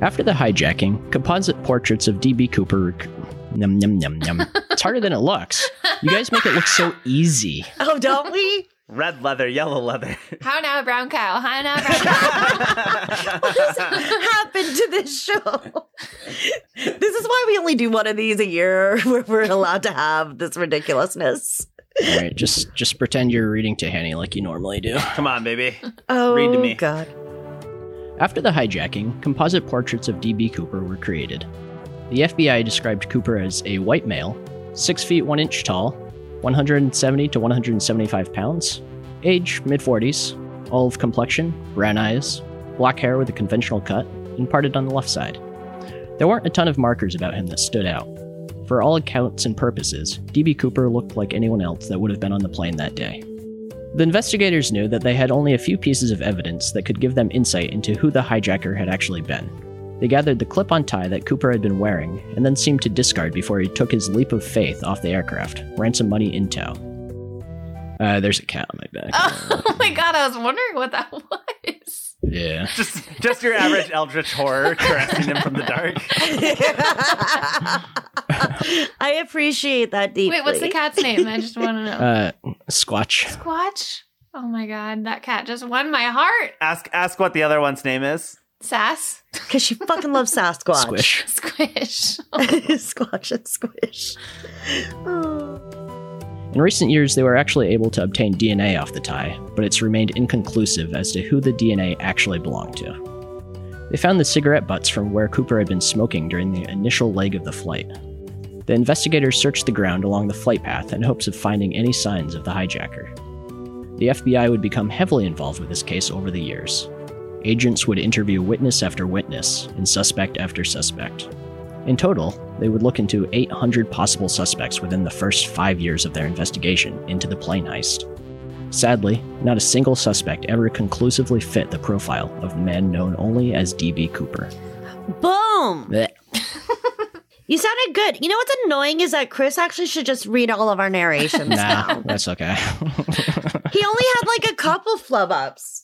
After the hijacking, composite portraits of DB Cooper. Rec- num num num num. It's harder than it looks. You guys make it look so easy.
Oh, don't we?
Red leather, yellow leather.
How now, brown cow? How now, brown
[LAUGHS]
cow?
[LAUGHS]
Happened to this show. this is why we only do one of these a year, [LAUGHS] where we're allowed to have this ridiculousness.
All right, just just pretend you're reading to Hanny like you normally do.
Come on, baby.
Oh,
Read to
[LAUGHS]
me.
God.
After the hijacking, composite portraits of DB Cooper were created. The FBI described Cooper as a white male, 6 feet 1 inch tall, 170 to 175 pounds, age mid 40s, olive complexion, brown eyes, black hair with a conventional cut, and parted on the left side. There weren't a ton of markers about him that stood out. For all accounts and purposes, DB Cooper looked like anyone else that would have been on the plane that day. The investigators knew that they had only a few pieces of evidence that could give them insight into who the hijacker had actually been. They gathered the clip on tie that Cooper had been wearing and then seemed to discard before he took his leap of faith off the aircraft, ransom money in tow. Uh, there's a cat on my back.
oh my god, I was wondering what that was.
Yeah.
Just just your
[LAUGHS]
average eldritch horror caressing him from the dark.
I appreciate that deeply.
Wait, what's the cat's name? I just
[LAUGHS]
want to know.
Uh, Squatch.
Squatch. Oh my god, that cat just won my heart.
Ask ask what the other one's name is.
[LAUGHS]
Sass.
Because she fucking loves Sasquatch. [LAUGHS]
Squish.
Squish.
Squash and squish. Oh.
In recent years, they were actually able to obtain DNA off the tie, but it's remained inconclusive as to who the DNA actually belonged to. They found the cigarette butts from where Cooper had been smoking during the initial leg of the flight. The investigators searched the ground along the flight path in hopes of finding any signs of the hijacker. The FBI would become heavily involved with this case over the years. Agents would interview witness after witness and suspect after suspect. In total, they would look into 800 possible suspects within the first five years of their investigation into the plane heist. Sadly, not a single suspect ever conclusively fit the profile of men known only as D.B. Cooper.
Boom!
Blech.
You sounded good. You know what's annoying is that Chris actually should just read all of our narrations
Nah,
now.
that's okay.
He only had like a couple flub ups.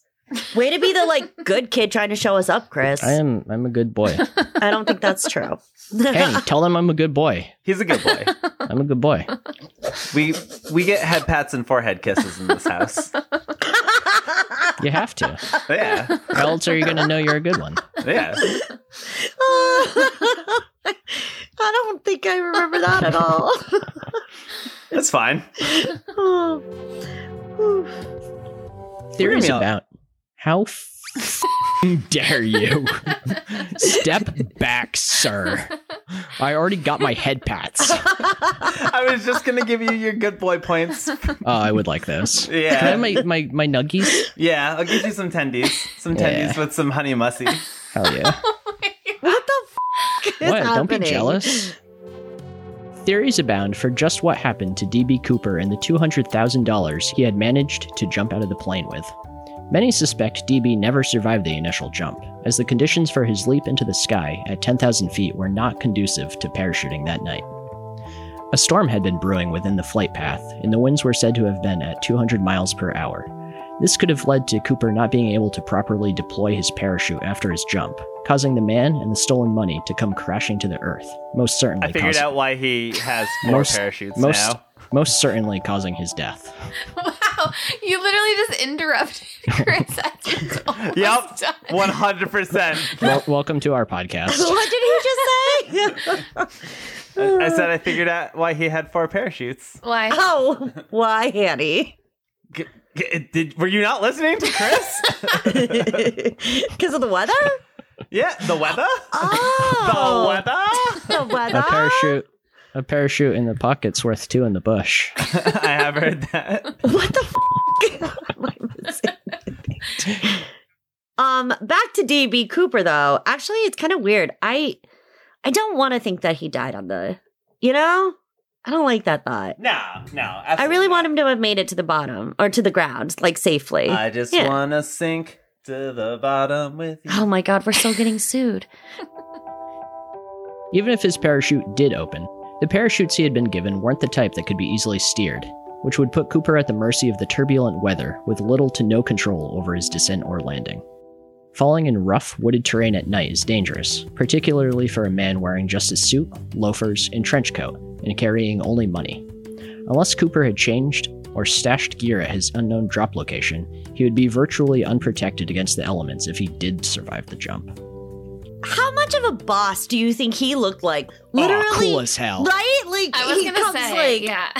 Way to be the like good kid trying to show us up, Chris.
I
I,
am I'm a good boy.
don't think that's true. [LAUGHS]
Hey, tell them I'm a good boy.
He's a good boy.
I'm a good boy.
we we get head pats and forehead kisses in this house.
You have to.
Yeah,
How else are you gonna know you're a good one?
yeah.
I don't think I remember that at all. [LAUGHS]
That's fine.
Oh. Whew.
Theories
Hear me out.
about how f- dare you step back, sir. I already got my head pats. Oh,
I was just gonna give you your good boy points.
I would like those.
Yeah.
Can I have my, my, my nuggies?
Yeah, I'll give you some tendies, some tendies
Yeah.
with some honey mussy.
Hell yeah.
What the f- is
what?
happening?
Don't be jealous. Theories abound for just what happened to DB Cooper and the $200,000 he had managed to jump out of the plane with. Many suspect DB never survived the initial jump, as the conditions for his leap into the sky at 10,000 feet were not conducive to parachuting that night. A storm had been brewing within the flight path, and the winds were said to have been at 200 miles per hour. This could have led to Cooper not being able to properly deploy his parachute after his jump, causing the man and the stolen money to come crashing to the earth, most certainly
I figured
causing,
out why he has four
Most-
parachutes
most-
now.
most certainly causing his death.
Wow, you literally just
[LAUGHS]
interrupted Chris as you almost
Yep,
done.
one hundred percent.
Wel- welcome to our
[LAUGHS]
podcast.
What did he just say?
I said I figured out why he had four parachutes.
Why?
oh, why, Annie? [LAUGHS]
G- g- did, were you not listening to
[LAUGHS]
Chris?
Because of the weather?
[LAUGHS]
yeah, the weather. The
Oh,
weather. [LAUGHS]
the weather. The
A
weather.
parachute, a parachute in the pocket's worth two in the bush.
I have heard that.
What the f- am I missing? [LAUGHS] Um, back to DB Cooper though. Actually, it's kind of weird. I I don't want to think that he died on the, you know, I don't like that thought.
No, no.
I really want him to have made it to the bottom or to the ground, like safely.
I just
Yeah.
wanna sink to the bottom with you.
oh my god, we're still getting sued.
Even if his parachute did open, the parachutes he had been given weren't the type that could be easily steered, which would put Cooper at the mercy of the turbulent weather with little to no control over his descent or landing. Falling in rough, wooded terrain at night is dangerous, particularly for a man wearing just a suit, loafers, and trench coat, and carrying only money. Unless Cooper had changed or stashed gear at his unknown drop location, he would be virtually unprotected against the elements if he did survive the jump.
How much of a boss do you think he looked like? Literally,
Aw, Oh, cool as hell.
right? Like
I was
he
gonna
comes
say,
like
yeah.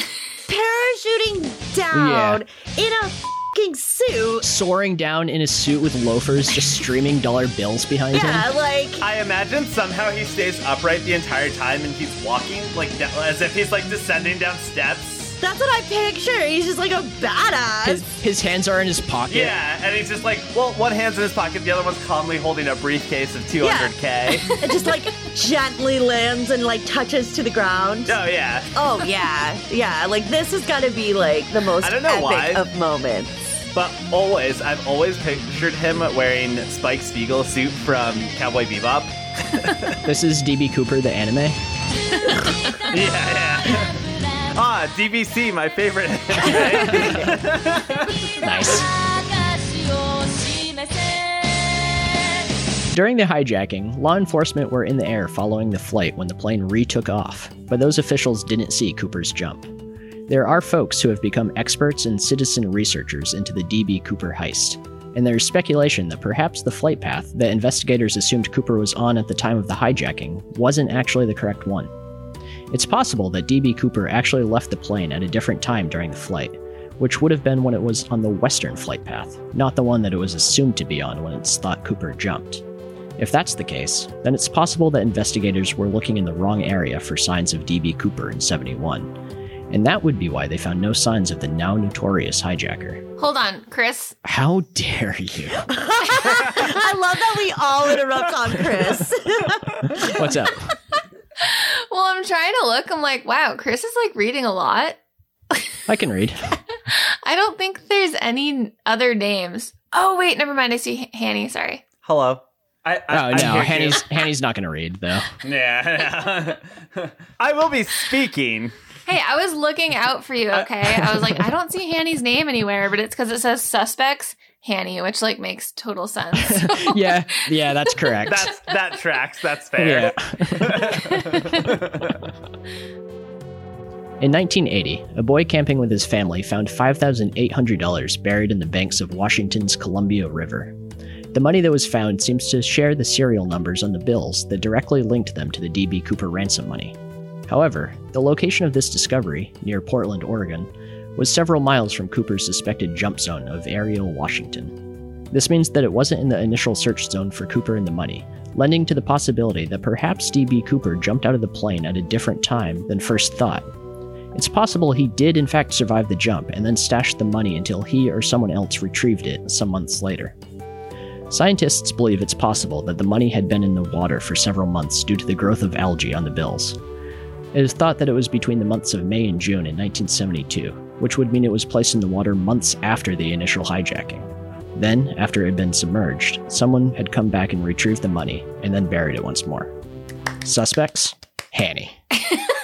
parachuting down in a fucking suit.
soaring down in a suit with loafers, just streaming dollar bills behind him.
Yeah, like
I imagine somehow he stays upright the entire time and he's walking like da- as if he's like descending down steps.
That's what I picture. He's just like a badass.
His, his hands are in his pocket.
Yeah, and he's just like, well, one hand's in his pocket, the other one's calmly holding a briefcase of
[LAUGHS]
200k.
it just
[LAUGHS]
like gently lands and like touches to the ground.
oh yeah,
Oh yeah, yeah. Like this has got to be like the most
I don't know
epic
why.
of moments.
but always, I've always pictured him wearing Spike Spiegel suit from Cowboy [LAUGHS] Bebop.
This is DB Cooper, the anime.
Yeah, yeah. ah, DBC, my favorite.
Nice.
[LAUGHS]
During the hijacking, law enforcement were in the air following the flight when the plane retook off, but those officials didn't see Cooper's jump. There are folks who have become experts and citizen researchers into the DB Cooper heist, and there is speculation that perhaps the flight path that investigators assumed Cooper was on at the time of the hijacking wasn't actually the correct one. It's possible that DB Cooper actually left the plane at a different time during the flight, which would have been when it was on the western flight path, not the one that it was assumed to be on when it's thought Cooper jumped. If that's the case, then it's possible that investigators were looking in the wrong area for signs of D.B. Cooper in 71, and that would be why they found no signs of the now notorious hijacker.
Hold on, Chris.
How dare you?
I love that we all interrupt on
[LAUGHS]
Chris.
[LAUGHS] What's up?
Well, I'm trying to look. I'm like, wow, Chris is like reading a lot.
I can read.
I don't think there's any other names. Oh, wait, never mind. I see H- Hanny. Sorry.
[LAUGHS] Hello. I, I,
Oh
I
no,
hear
Hanny's Hanny's not gonna read though.
you. [LAUGHS] Yeah. [LAUGHS] I will be speaking.
Hey, I was looking out for
Uh,
you, okay? I was like, I don't see Hanny's name anywhere, but it's because it says suspects, Hanny, which like makes
[LAUGHS]
total sense.
[LAUGHS] yeah, yeah, that's correct.
That's that tracks. That's fair.
In 1980, a boy camping with his family found $5,800 buried in the banks of Washington's Columbia River. The money that was found seems to share the serial numbers on the bills that directly linked them to the D.B. Cooper ransom money. However, the location of this discovery, near Portland, Oregon, was several miles from Cooper's suspected jump zone of Ariel, Washington. This means that it wasn't in the initial search zone for Cooper and the money, lending to the possibility that perhaps D.B. Cooper jumped out of the plane at a different time than first thought. It's possible he did, in fact, survive the jump and then stashed the money until he or someone else retrieved it some months later. Scientists believe it's possible that the money had been in the water for several months due to the growth of algae on the bills. It is thought that it was between the months of May and June in 1972, which would mean it was placed in the water months after the initial hijacking. Then, after it had been submerged, someone had come back and retrieved the money and then buried it once more. Suspects? Hanny.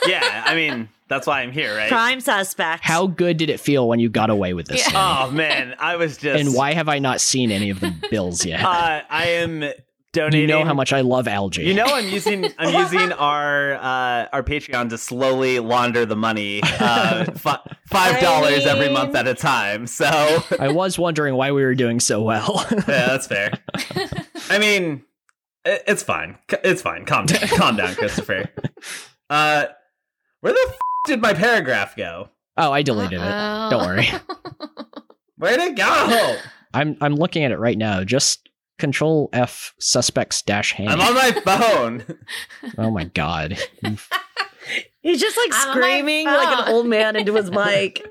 yeah. I mean, that's why I'm here, right?
Crime suspect.
How good did it feel when you got away with this?
Yeah.
Hanny?
Oh man, I was just.
And why have I not seen
[LAUGHS]
any of the bills yet?
Uh, I am
Do
donating.
you know how much I love algae.
You know, I'm using I'm using our uh, our Patreon to slowly launder the money, uh, fi- five dollars every month at a time. So [LAUGHS] yeah,
I was wondering why we were doing so well. [LAUGHS]
that's fair. I mean, i- it's fine. C- It's fine. Calm down, calm
[LAUGHS]
down, Christopher. Uh, where the f- did my paragraph go?
oh, I deleted it.
Uh-oh.
Don't worry.
Where'd it go?
I'm I'm looking at it right now. Just control F suspects dash hand.
I'm on my phone. [LAUGHS]
oh my god.
He's just like
I'm on my
screaming like an
phone.
old man into his
[LAUGHS]
mic.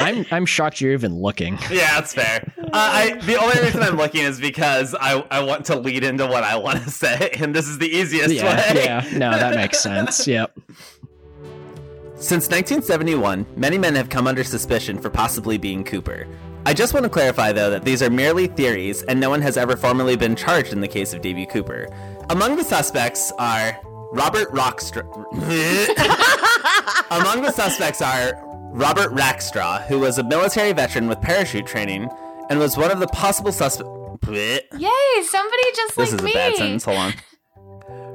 I'm I'm shocked you're even looking.
Yeah, that's fair. Uh, I the only reason I'm looking is because I I want to lead into what I want to [LAUGHS] say, and [LAUGHS] this is the easiest
yeah,
way.
yeah. No, that
[LAUGHS]
makes sense. Yep.
Since 1971, many men have come under suspicion for possibly being Cooper. I just want to clarify, though, that these are merely theories, and no one has ever formally been charged in the case of D.B. Cooper. Among the suspects are Robert Rockstra. [LAUGHS] Among the suspects are Robert Rackstraw, who was a military veteran with parachute training, and was one of the possible [LAUGHS] suspects.
Yay, somebody just
This
like
is
me.
a bad sentence. Hold
[LAUGHS]
on.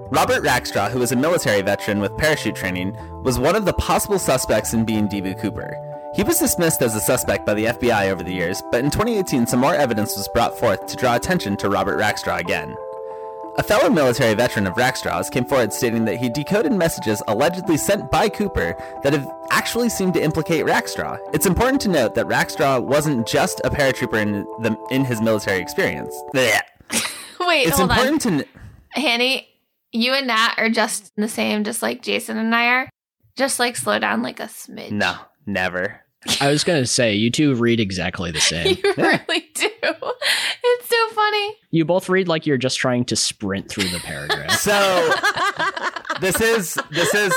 Robert Rackstraw, who was a military veteran with parachute training, was one of the possible suspects in being D.B. Cooper. He was dismissed as a suspect by the FBI over the years, but in 2018, some more evidence was brought forth to draw attention to Robert Rackstraw again. A fellow military veteran of Rackstraw's came forward stating that he decoded messages allegedly sent by Cooper that have actually seemed to implicate Rackstraw. It's important to note that Rackstraw wasn't just a paratrooper in, the, in his military experience. Blech.
Wait,
It's
hold on.
important to. kn-
Hanny, you and Nat are just the same, just like Jason and I are. Just like slow down like a smidge.
No, never.
I was gonna say you two read exactly the
[LAUGHS] You
[LAUGHS]
same.
really do. It's so funny.
You both read like you're just trying to sprint through the
[LAUGHS]
paragraph.
[LAUGHS]
So this is this is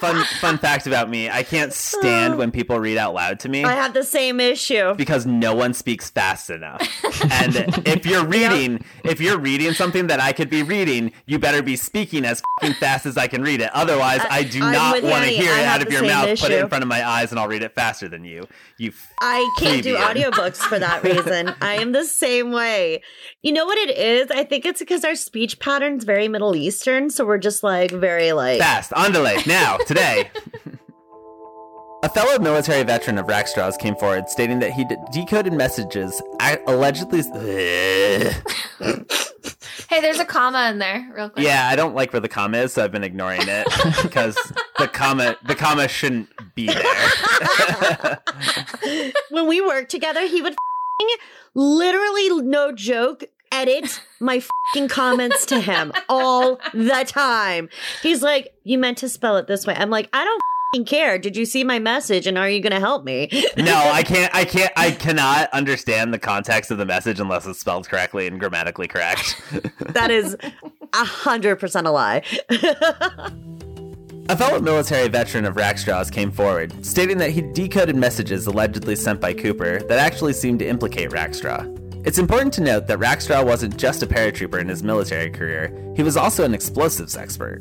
fun fun fact about me. I can't stand when people read out loud to me
I have the same issue.
because no one speaks
[LAUGHS]
fast enough. And if you're reading, if you're reading something that I could be reading, you better be speaking as fing fast as I can read it. Otherwise, I, do
I'm
not
with
want to
Annie.
hear
I
it
have
out of
the
your
same
mouth. Put it
issue.
in front of my eyes, and I'll read it faster than you. You. F-
I can't do
Plebeian.
audiobooks for that reason. I am the same way. You know what it is? I think it's because our speech pattern's very Middle Eastern, so we're just like very like
Fast, on delay, now, today. a fellow military veteran of Rackstraw's came forward stating that he d- decoded messages a- allegedly.
Hey, there's a comma in there, real quick.
yeah, I don't like where the comma is, so I've been ignoring it because the comma the comma shouldn't be there. [LAUGHS]
[LAUGHS] when we worked together, he would f***ing literally no joke edit my fucking comments to him all the time. He's like, "You meant to spell it this way." I'm like, "I don't fucking care. Did you see my message? And are you going to help me?" [LAUGHS]
No, I can't. I can't. I cannot understand the context of the message unless it's spelled correctly and grammatically correct.
that is a hundred percent a lie. [LAUGHS]
A fellow military veteran of Rackstraw's came forward, stating that he decoded messages allegedly sent by Cooper that actually seemed to implicate Rackstraw. It's important to note that Rackstraw wasn't just a paratrooper in his military career, he was also an explosives expert.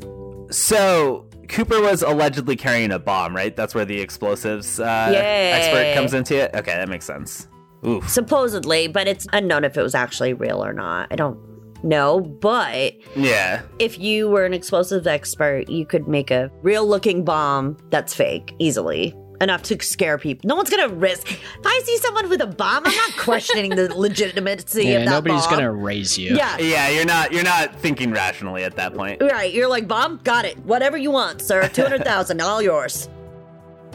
So, Cooper was allegedly carrying a bomb, right? That's where the explosives uh,
Yay.
expert comes into it? Okay, that makes sense. Oof.
Supposedly, but it's unknown if it was actually real or not. I don't know, but
Yeah.
if you were an explosives expert, you could make a real looking bomb that's fake easily. Enough to scare people. No one's gonna risk. If I see someone with a bomb, I'm [LAUGHS] not questioning the legitimacy
Yeah,
of that
nobody's
bomb.
gonna raise you.
Yeah.
Yeah, you're not you're not thinking rationally at that point.
Right, you're like, bomb, got it. Whatever you want,
[LAUGHS]
sir. 200,000, all yours.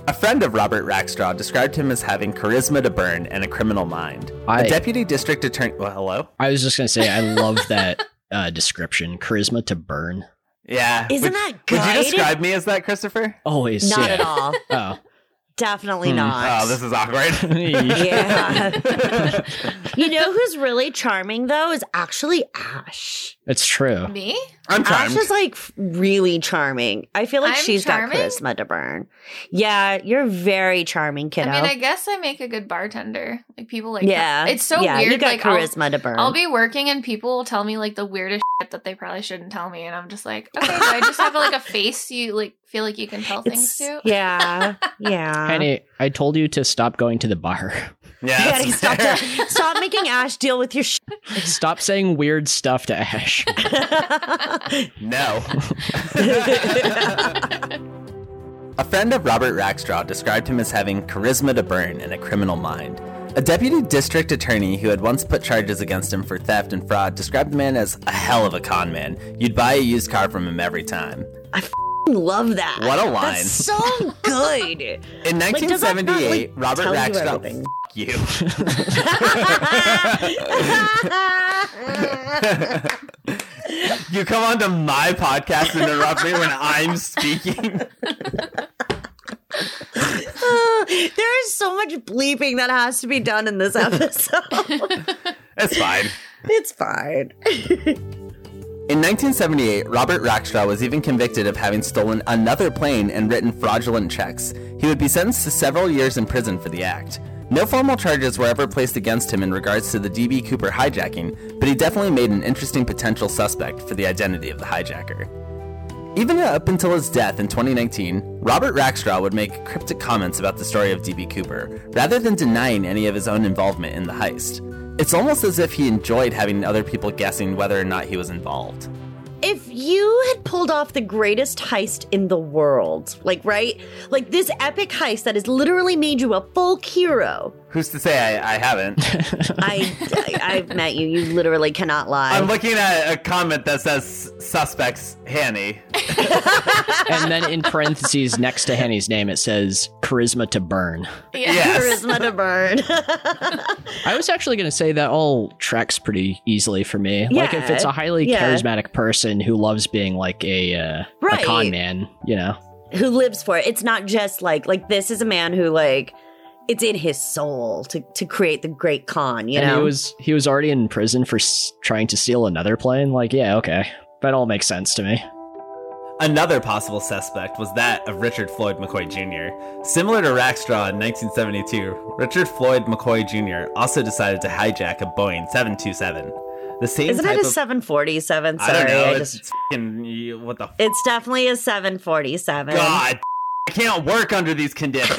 A friend of Robert Rackstraw described him as having charisma to burn and a criminal mind.
I-
A deputy district attorney. Well, hello.
I was just gonna say I love
[LAUGHS]
that uh, description. Charisma to burn.
Yeah.
Isn't
would,
that
Would you
good?
describe me as that, Christopher?
Always.
Not
yeah.
at all.
[LAUGHS] Oh.
Definitely
Hmm.
not.
Oh, this is awkward.
[LAUGHS]
[LAUGHS]
[LAUGHS]
yeah. [LAUGHS] you know who's really charming, though, is actually Ash.
It's true.
Me?
I'm charmed.
Ash is like f- really charming. I feel like
I'm
she's
charming?
got charisma to burn. Yeah, you're very charming,
I
kiddo.
mean, I guess I make a good bartender. Like people like
yeah,
[LAUGHS] It's so
yeah,
weird.
You got
like I'll-
charisma to burn.
I'll, be working and people will tell me like the weirdest [LAUGHS] shit that they probably shouldn't tell me, and I'm just like, okay, do I just have like a face you like feel like you can tell
It's-
things to?
[LAUGHS]
[LAUGHS]
yeah, yeah.
Honey, I told you to stop going to the bar.
yeah.
[LAUGHS] You
that's
gotta stop,
fair.
to- [LAUGHS] stop making Ash deal with your. Sh-
stop saying weird stuff to Ash.
[LAUGHS]
[LAUGHS] No. a friend of Robert Rackstraw described him as having charisma to burn and a criminal mind. A deputy district attorney who had once put charges against him for theft and fraud described the man as a hell of a con man. You'd buy a used car from him every time.
Love that.
What a line.
That's so
[LAUGHS]
good.
In
Like, does that not,
1978,
like,
Robert
tell you
Rackstraw. [LAUGHS]
everything? [LAUGHS]
F- you. you come onto my podcast and interrupt me when I'm speaking.
there is so much bleeping that has to be done in this episode. [LAUGHS]
It's fine.
it's fine.
In 1978, Robert Rackstraw was even convicted of having stolen another plane and written fraudulent checks. He would be sentenced to several years in prison for the act. No formal charges were ever placed against him in regards to the DB Cooper hijacking, but he definitely made an interesting potential suspect for the identity of the hijacker. Even up until his death in 2019, Robert Rackstraw would make cryptic comments about the story of D.B. Cooper, rather than denying any of his own involvement in the heist. It's almost as if he enjoyed having other people guessing whether or not he was involved.
If you had pulled off the greatest heist in the world, like, right? Like this epic heist that has literally made you a folk hero.
Who's to say I, I haven't?
[LAUGHS] I, I, I've met you. You literally cannot lie.
I'm looking at a comment that says suspects Hanny.
and then in parentheses next to Henny's name, it says charisma to burn.
Yes.
Charisma to burn. [LAUGHS]
I was actually going to say that all tracks pretty easily for me. Like if it's
Yeah,
a highly
yeah.
charismatic person who loves being like a uh, a
Right.
con man, you know.
who lives for it. It's not just like like this is a man who like it's in his soul to to create the great con. You
and
know,
he was he was already in prison for s- trying to steal another plane. Like, yeah, okay. That all makes sense to me.
Another possible suspect was that of Richard Floyd McCoy Jr. Similar to Rackstraw in 1972, Richard Floyd McCoy Jr. also decided to hijack a Boeing 727. The same
isn't
type
it a
of
seven forty seven?
I
Sorry,
don't know.
I
it's,
just.
it's fing you- what the f-
It's definitely a 747.
God. I can't work under these conditions.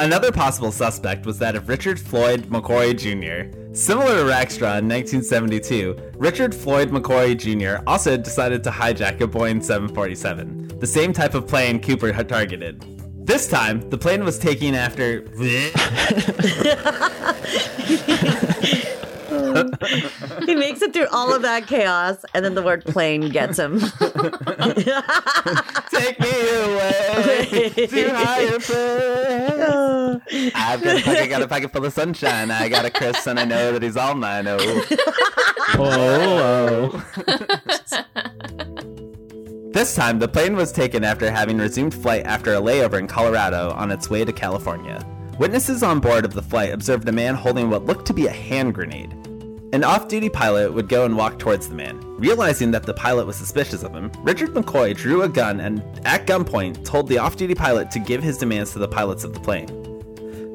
Another possible suspect was that of Richard Floyd McCoy Jr. Similar to Rackstraw in 1972, Richard Floyd McCoy Jr. also decided to hijack a Boeing 747, the same type of plane Cooper had targeted. This time, the plane was taking after.
[LAUGHS] he makes it through all of that chaos, and then the word plane gets him.
[LAUGHS] Take me away to higher place. I've got a pocket, got a pocket full of sunshine. I got a Chris, and I know that he's all mine. Oh, oh, oh. this time, the plane was taken after having resumed flight after a layover in Colorado on its way to California. Witnesses on board of the flight observed a man holding what looked to be a hand grenade. An off duty pilot would go and walk towards the man. Realizing that the pilot was suspicious of him, Richard McCoy drew a gun and, at gunpoint, told the off duty pilot to give his demands to the pilots of the plane.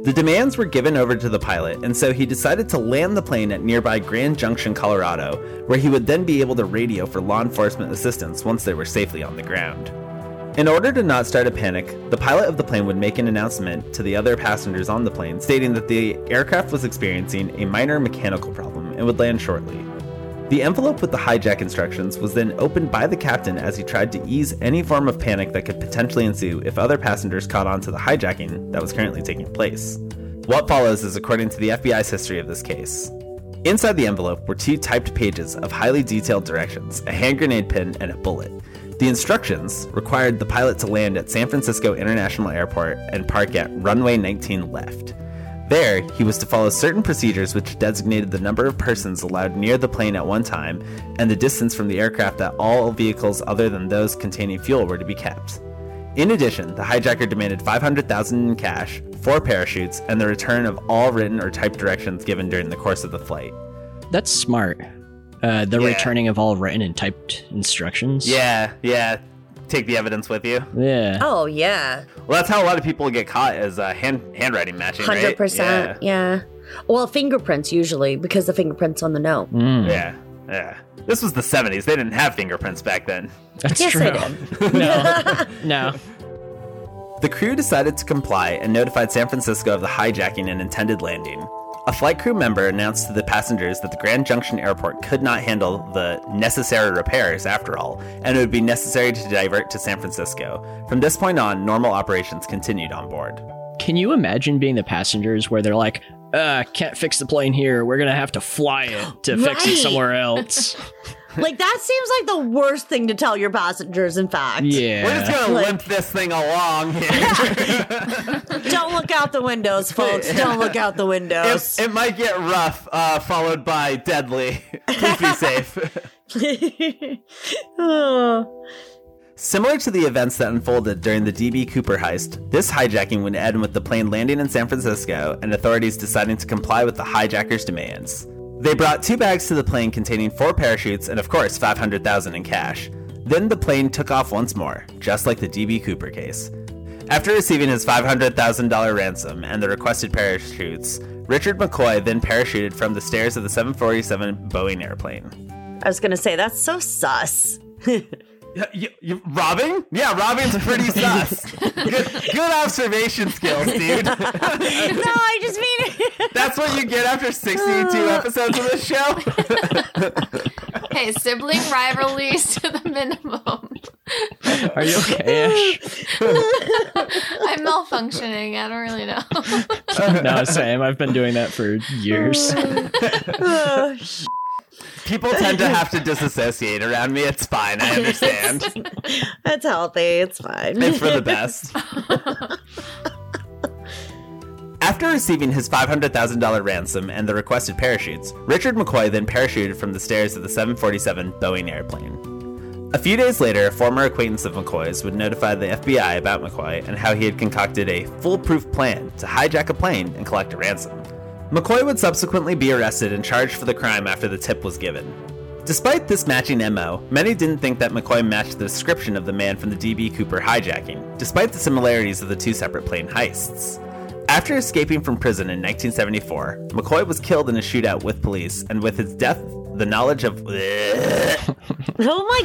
The demands were given over to the pilot, and so he decided to land the plane at nearby Grand Junction, Colorado, where he would then be able to radio for law enforcement assistance once they were safely on the ground. In order to not start a panic, the pilot of the plane would make an announcement to the other passengers on the plane stating that the aircraft was experiencing a minor mechanical problem and would land shortly. The envelope with the hijack instructions was then opened by the captain as he tried to ease any form of panic that could potentially ensue if other passengers caught on to the hijacking that was currently taking place. What follows is according to the FBI's history of this case. Inside the envelope were two typed pages of highly detailed directions, a hand grenade pin, and a bullet. The instructions required the pilot to land at San Francisco International Airport and park at runway 19 left. There, he was to follow certain procedures which designated the number of persons allowed near the plane at one time and the distance from the aircraft that all vehicles other than those containing fuel were to be kept. In addition, the hijacker demanded 500,000 in cash, four parachutes, and the return of all written or typed directions given during the course of the flight.
That's smart. Uh, the
Yeah.
returning of all written and typed instructions.
Yeah, yeah. Take the evidence with you. [LAUGHS]
Yeah.
oh yeah,
Well, that's how a lot of people get caught is uh, hand handwriting matching,
hundred
right?
percent. Yeah. Well, fingerprints usually because the fingerprints on the note.
Mm,
Yeah. yeah, yeah. This was the '70s. They didn't have fingerprints back then.
that's
yes,
true.
I did.
[LAUGHS]
no. No.
The crew decided to comply and notified San Francisco of the hijacking and intended landing. A flight crew member announced to the passengers that the Grand Junction Airport could not handle the necessary repairs after all, and it would be necessary to divert to San Francisco. From this point on, normal operations continued on board.
Can you imagine being the passengers where they're like, uh, can't fix the plane here. We're gonna have to fly
[GASPS]
it to fix it
Right.
[LAUGHS]
somewhere else.
Like that seems like the worst thing to tell your passengers. In fact,
We're just
yeah.
gonna
Like-
limp this thing
[LAUGHS]
along here.
don't look out the windows, folks. Don't look out the windows.
it, it might get rough, uh, followed by deadly. [LAUGHS] Please be safe.
[LAUGHS] oh.
Similar to the events that unfolded during the DB Cooper heist, this hijacking would end with the plane landing in San Francisco and authorities deciding to comply with the hijackers' demands. They brought two bags to the plane containing four parachutes and, of course, 500,000 in cash. Then the plane took off once more, just like the DB Cooper case. After receiving his $500,000 ransom and the requested parachutes, Richard McCoy then parachuted from the stairs of the 747 Boeing airplane.
I was gonna say that's so sus. [LAUGHS]
Y- Uh, y- y- robbing? Yeah, robbing's pretty sus. Good, good observation skills, dude.
no, I just mean [LAUGHS]
That's what you get after 62 episodes of this show.
[LAUGHS] Hey, sibling rivalries to the minimum. [LAUGHS]
Are you okay? Ash?
[LAUGHS]
I'm malfunctioning. I don't really know. [LAUGHS]
no, same. I've been doing that for
[LAUGHS]
years.
Oh,
People tend to have to disassociate around me. It's fine. I understand.
That's healthy. It's fine.
It's for the best. After receiving his $500,000 ransom and the requested parachutes, Richard McCoy then parachuted from the stairs of the 747 Boeing airplane. A few days later, a former acquaintance of McCoy's would notify the FBI about McCoy and how he had concocted a foolproof plan to hijack a plane and collect a ransom. McCoy would subsequently be arrested and charged for the crime after the tip was given. Despite this matching MO, many didn't think that McCoy matched the description of the man from the DB Cooper hijacking, despite the similarities of the two separate plane heists. After escaping from prison in 1974, McCoy was killed in a shootout with police, and with his death, the knowledge of.
[LAUGHS]
[LAUGHS]
oh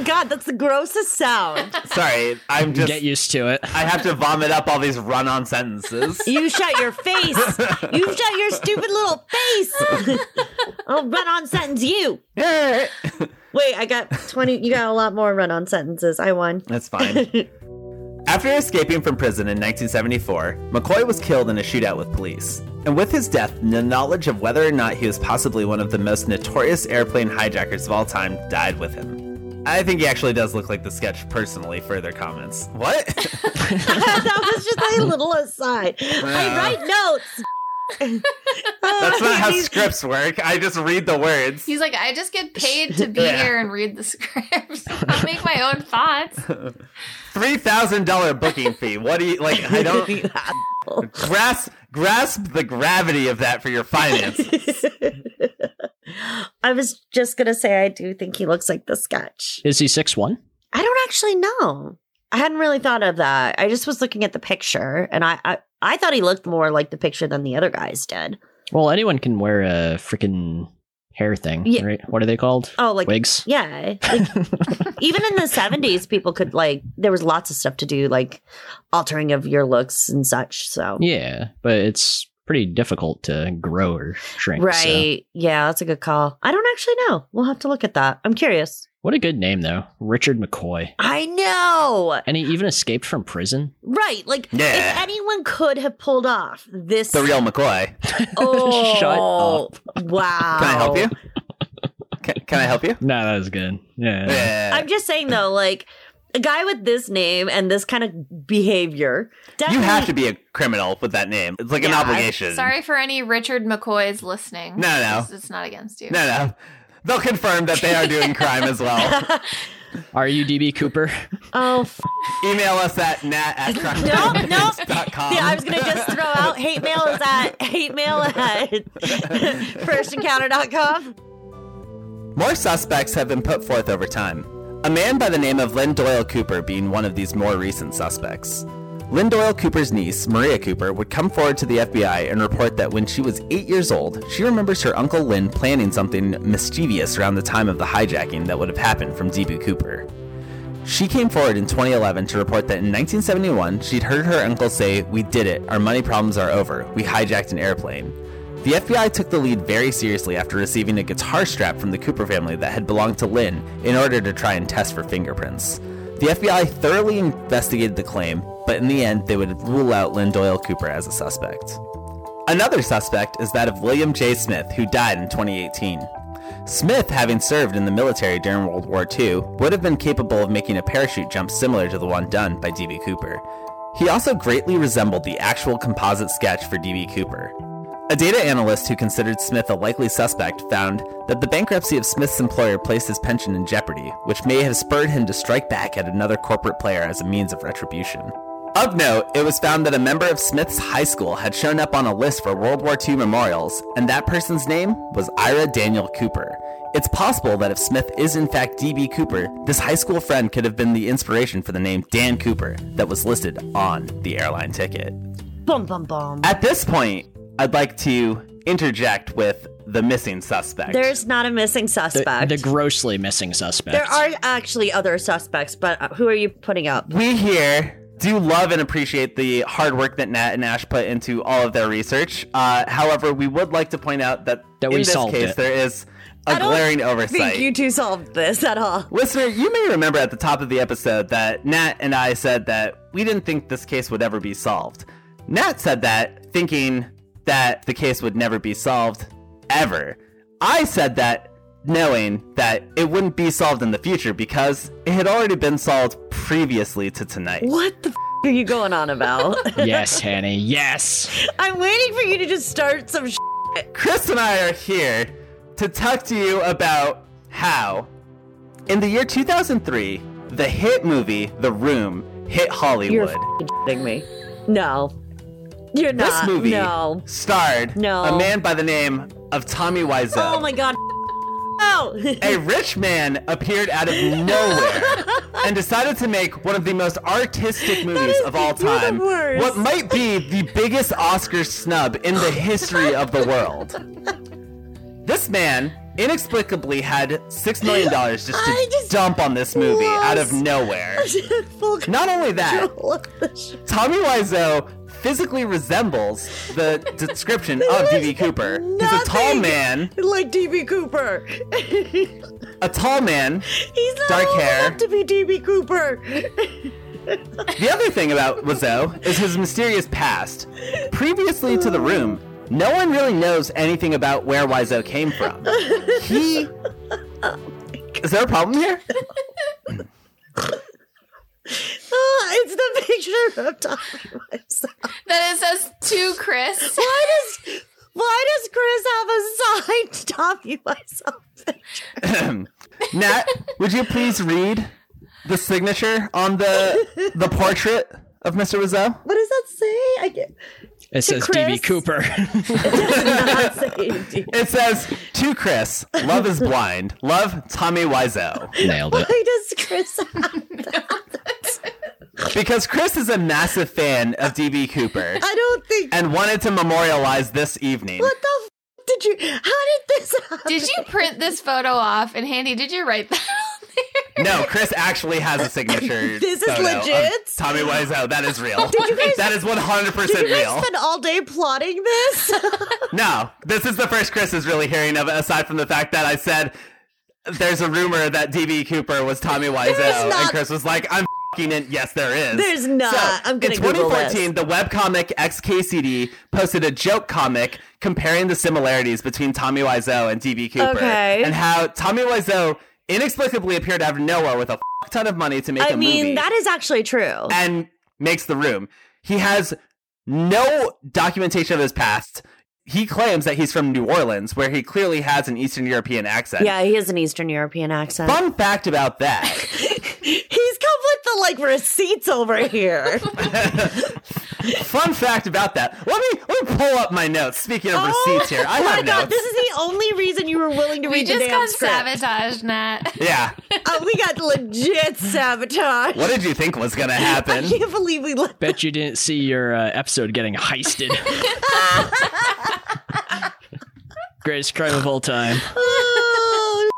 my god, that's the grossest sound.
Sorry, I'm just.
Get used to it.
I have to vomit up all these run-on sentences. [LAUGHS]
You shut your face. You shut your stupid little face. [LAUGHS] I'll run on sentence you. Wait, I got 20. You got a lot more run on sentences. I won. [LAUGHS]
That's fine. After escaping from prison in 1974, McCoy was killed in a shootout with police. And with his death, the knowledge of whether or not he was possibly one of the most notorious airplane hijackers of all time died with him. I think he actually does look like the sketch personally, further comments. What?
that was just a little aside. I write notes.
[LAUGHS] That's not how
He's-
scripts work. I just read the words.
He's like, I just get paid
[LAUGHS]
to be
Yeah.
here and read the [LAUGHS] script. I make my own thoughts.
$3,000 booking fee. What do you, like, [LAUGHS] I don't
[LAUGHS]
[LAUGHS]
You asshole.
grasp, grasp the gravity of that for
[LAUGHS]
your finances.
I was just gonna say I do think he looks like the sketch.
Is he six one?
I don't actually know. I hadn't really thought of that. I just was looking at the picture, and I I, I thought he looked more like the picture than the other guys did.
Well, anyone can wear a freaking hair thing,
Yeah.
right? What are they called?
Oh, like
Wigs.
yeah,
[LAUGHS]
like, even in the seventies, people could like there was lots of stuff to do, like altering of your looks and such. So
yeah, but it's pretty difficult to grow or shrink. so-
right, yeah, that's a good call. I don't actually know. We'll have to look at that. I'm curious.
What a good name though, Richard McCoy.
I know,
And he even escaped from prison.
right? Like
Yeah.
if anyone could have pulled off this,
[LAUGHS] The real McCoy.
oh,
Shut up.
Wow,
Can I help you?
Oh.
Can, can I help
[LAUGHS]
you?
No, that was good. Yeah.
Yeah.
I'm just saying though, like a guy with this name and this kind of behavior,
You
definitely
have to be a criminal with that name. It's like an
Yeah, I'm
obligation.
Sorry for any Richard McCoys listening.
No, no.
It's, it's not against you.
No, no. They'll confirm that they are doing crime as well.
[LAUGHS]
Are you DB Cooper?
oh,
[LAUGHS]
f-
Email us at nat
[LAUGHS]
at crime.
Nope, nope.
Com.
yeah, I was gonna just throw
[LAUGHS]
out hate mail is at hate mail at firstencounter.com.
More suspects have been put forth over time. A man by the name of Lynn Doyle Cooper being one of these more recent suspects. Lynn Doyle Cooper's niece, Maria Cooper, would come forward to the FBI and report that when she was eight years old, she remembers her uncle Lynn planning something mischievous around the time of the hijacking that would have happened from D.B. Cooper. She came forward in 2011 to report that in 1971, she'd heard her uncle say, We did it, our money problems are over, we hijacked an airplane. The FBI took the lead very seriously after receiving a guitar strap from the Cooper family that had belonged to Lynn in order to try and test for fingerprints. The FBI thoroughly investigated the claim, but in the end, they would rule out Lynn Doyle Cooper as a suspect. Another suspect is that of William J. Smith, who died in 2018. Smith, having served in the military during World War II, would have been capable of making a parachute jump similar to the one done by D.B. Cooper. He also greatly resembled the actual composite sketch for D.B. Cooper. A data analyst who considered Smith a likely suspect found that the bankruptcy of Smith's employer placed his pension in jeopardy, which may have spurred him to strike back at another corporate player as a means of retribution. Of note, it was found that a member of Smith's high school had shown up on a list for World War II memorials, and that person's name was Ira Daniel Cooper. It's possible that if Smith is in fact D.B. Cooper, this high school friend could have been the inspiration for the name Dan Cooper that was listed on the airline ticket.
Bum bum bum.
At this point, I'd like to interject with the missing suspect.
There's not a missing
The,
suspect.
the grossly missing suspect.
there are [LAUGHS] actually other suspects, but uh, who are you putting up?
we here do love and appreciate the hard work that Nat and Ash put into all of their research. Uh, however, we would like to point out that,
That
in
we
this
solved
case
it.
there is
I
a
don't
glaring
think
oversight.
you two solved this at all.
Listener, you may remember at the top of the episode that Nat and I said that we didn't think this case would ever be solved. Nat said that thinking that the case would never be solved ever. I said that knowing that it wouldn't be solved in the future because it had already been solved previously to tonight.
What the f- are you going on
[LAUGHS]
about?
yes, Hanny. Yes.
I'm waiting for you to just start some sh-
Chris and I are here to talk to you about how, in the year 2003, the hit movie The Room hit
You're
Hollywood.
kidding me. No. You're
This
not.
movie
No.
starred
No.
a man by the name of Tommy Wiseau.
Oh my god. No.
a rich man appeared out of nowhere and decided to make one of the most artistic movies
is-
of all
you're the
time.
worst.
What might be the biggest Oscar snub in the history of the world. This man inexplicably had six million dollars just
I
to
just
dump on this movie out of
lost-
nowhere.
[LAUGHS] Full
Not only that,
control of the sh-
Tommy Wiseau physically resembles the description
[LAUGHS]
of D.B. Cooper. He's a tall
Nothing
man,
like DB Cooper. [LAUGHS] He's
a tall man
not
Dark
old
hair.
enough to be DB Cooper.
The other thing about Wazoo is his mysterious past. Previously to the room, no one really knows anything about where Wazoo came from. He. Is there a problem here?
[LAUGHS] Ah, it's the picture of Dr. Wiseau.
Then it says to
[LAUGHS]
Chris.
Why does why does Chris have a signed [LAUGHS] Tommy Wiseau?
Nat, would you please read the signature on the the portrait of Mr. Wazoo?
What does that say? I get
It says DB
Chris. [LAUGHS]
[LAUGHS]
Cooper.
not saying D.
It says to Chris, love is blind. Love Tommy Wiseau.
Nailed it.
Why does Chris [LAUGHS] have
Because Chris is a massive fan of DB Cooper
I don't think
and wanted to memorialize this evening.
what the f- did you how did this happen?
Did you print this photo off? And Handy, did you write that on there?
No, Chris actually has a signature.
[LAUGHS] This is
photo of
legit?
Tommy Wiseau, that is real.
Did you guys-
that is one hundred
Did
percent
you guys
real.
spend all day plotting this?
No, this is the first Chris is really hearing of it. Aside from the fact that I said there's a rumor that DB Cooper was Tommy Wiseau,
not-
and Chris was like, "I'm fing in." Yes, there is.
There's not. I'm gonna
in
Google
2014, the webcomic XKCD posted a joke comic comparing the similarities between Tommy Wiseau and DB Cooper,
Okay.
and how Tommy Wiseau inexplicably appeared out of nowhere with a f- ton of money to make
I
a
mean,
movie
that is actually true.
and makes the room. He has no documentation of his past. He claims that he's from New Orleans, where he clearly has an Eastern European accent.
yeah, he has an Eastern European accent.
Fun fact
[LAUGHS]
about that.
He's come with the like receipts over
[LAUGHS]
here.
Fun fact about that. Let me let me pull up my notes. Speaking of receipts here, I
oh my
have
god,
notes.
this is the only reason you were willing to
We
read the
just
damn
got
script.
sabotaged,
[LAUGHS]
Nat.
yeah.
Uh, we got legit sabotage.
What did you think was gonna
I [LAUGHS]
happen?
can't believe we let
Bet you didn't see your uh, episode getting
[LAUGHS]
heisted. Greatest crime of all time.
Oh,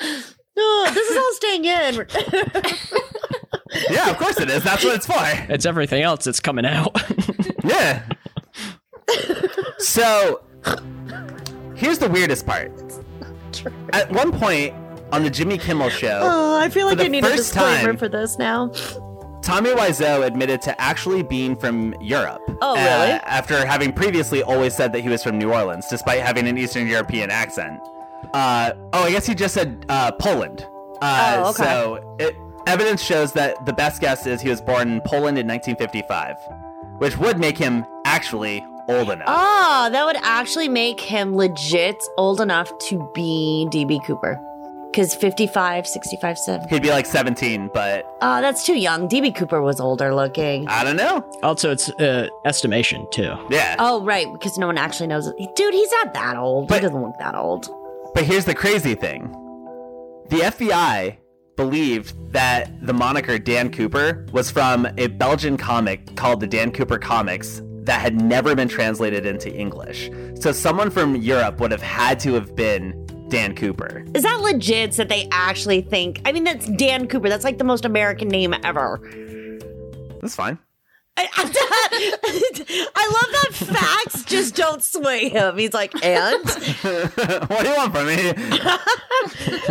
no, [LAUGHS] this is all staying in.
yeah, of course it is. That's what it's for.
It's everything else that's coming out. [LAUGHS]
Yeah. so, here's the weirdest part. At one point on the Jimmy Kimmel show,
Oh, I feel like
the
I need a
first
disclaimer
time-
for this now.
Tommy Wiseau admitted to actually being from Europe. uh,
Oh, really?
after having previously always said that he was from New Orleans, despite having an Eastern European accent. Uh, oh, I guess he just said uh, Poland. Uh,
Oh, okay.
So, it, evidence shows that the best guess is he was born in Poland in 1955, which would make him actually old enough.
Oh, that would actually make him legit old enough to be DB Cooper. Because 55, 65, 70.
He'd be like 17, but
Oh, that's too young. DB Cooper was older looking.
I don't know.
also, it's uh, estimation too.
Yeah.
Oh, right, because no one actually knows. it. Dude, he's not that old. he
But-
doesn't look that old.
But here's the crazy thing the FBI believed that the moniker Dan Cooper was from a Belgian comic called the Dan Cooper Comics that had never been translated into English. So someone from Europe would have had to have been Dan Cooper.
Is that legit that they actually think? I mean, that's Dan Cooper. That's like the most American name ever.
That's fine. [LAUGHS]
I, [LAUGHS] I love that facts just don't sway him. He's like, and
what do you want from me?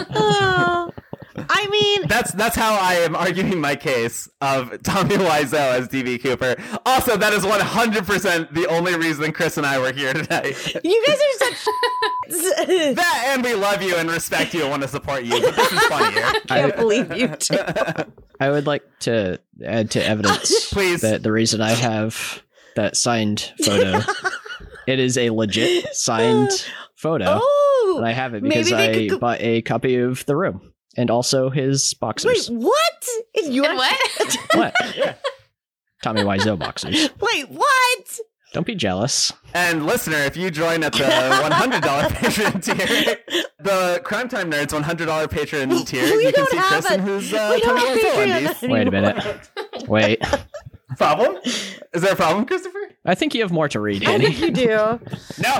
Uh, I mean,
That's that's how I am arguing my case of Tommy Wiseau as DB Cooper. Also, that is 100% the only reason Chris and I were here tonight.
you guys are
[LAUGHS]
such. [LAUGHS]
That and we love you and respect you and want to support you. But this is funnier.
Can't believe you two.
I would like to add to
[LAUGHS]
evidence
Please.
that the reason I have that signed
[LAUGHS]
photo, it is a legit signed photo.
Oh,
And I have it
Maybe
because
they
I
could co-
bought a copy of The Room and also his
wait,
boxers.
what? In your
And what?
[LAUGHS]
What? Tommy Wiseau boxers.
wait, what?
Don't be jealous.
And listener, if you join at the $100 Patreon tier, the Crime Time Nerds $100 Patreon tier,
We
you can
don't
see
have
Chris and
a-
who's uh,
we don't
Tommy
have
Wiseau on
Patreon
these.
Wait a minute. Wait.
Problem? Is there a problem, Christopher?
I think you have more to read,
I
Annie.
think you do.
No,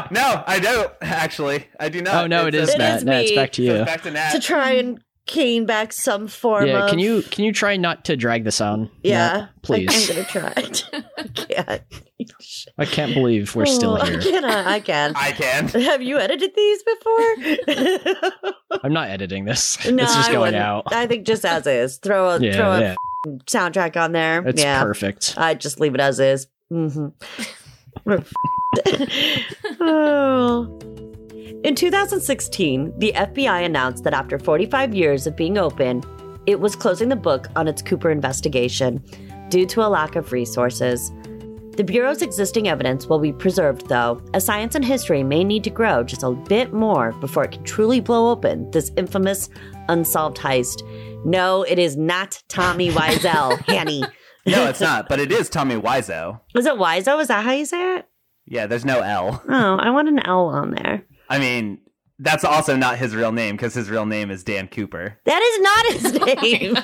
no, I don't, actually. I do not.
Oh no, it is
It
Matt.
is
no, it's
me.
back to
It
you.
goes back to
to
Nat.
try and cane back some form
Yeah,
of.
can you can you try not to drag this on?
Yeah,
Matt? please.
I, am gonna try. I can't.
I can't believe we're still
Oh,
here.
I can. I can.
I can.
Have you edited these before?
I'm not editing this.
no,
it's just
I
going
wouldn't.
out.
I think just as is. Throw a
Yeah,
throw a
yeah.
soundtrack on there.
It's
yeah.
perfect.
I just leave it as is. hmm oh. In 2016, the FBI announced that after 45 years of being open, it was closing the book on its Cooper investigation due to a lack of resources. The Bureau's existing evidence will be preserved, though, as science and history may need to grow just a bit more before it can truly blow open this infamous unsolved heist. No, it is not Tommy Wiesel, [LAUGHS] Hanny.
[LAUGHS] No, it's not, but it is Tommy Wiseau.
Is it Wiseau? Is that how you say it?
Yeah, there's no L.
Oh, I want an L on there.
I mean, that's also not his real name because his real name is Dan Cooper.
That is not his name.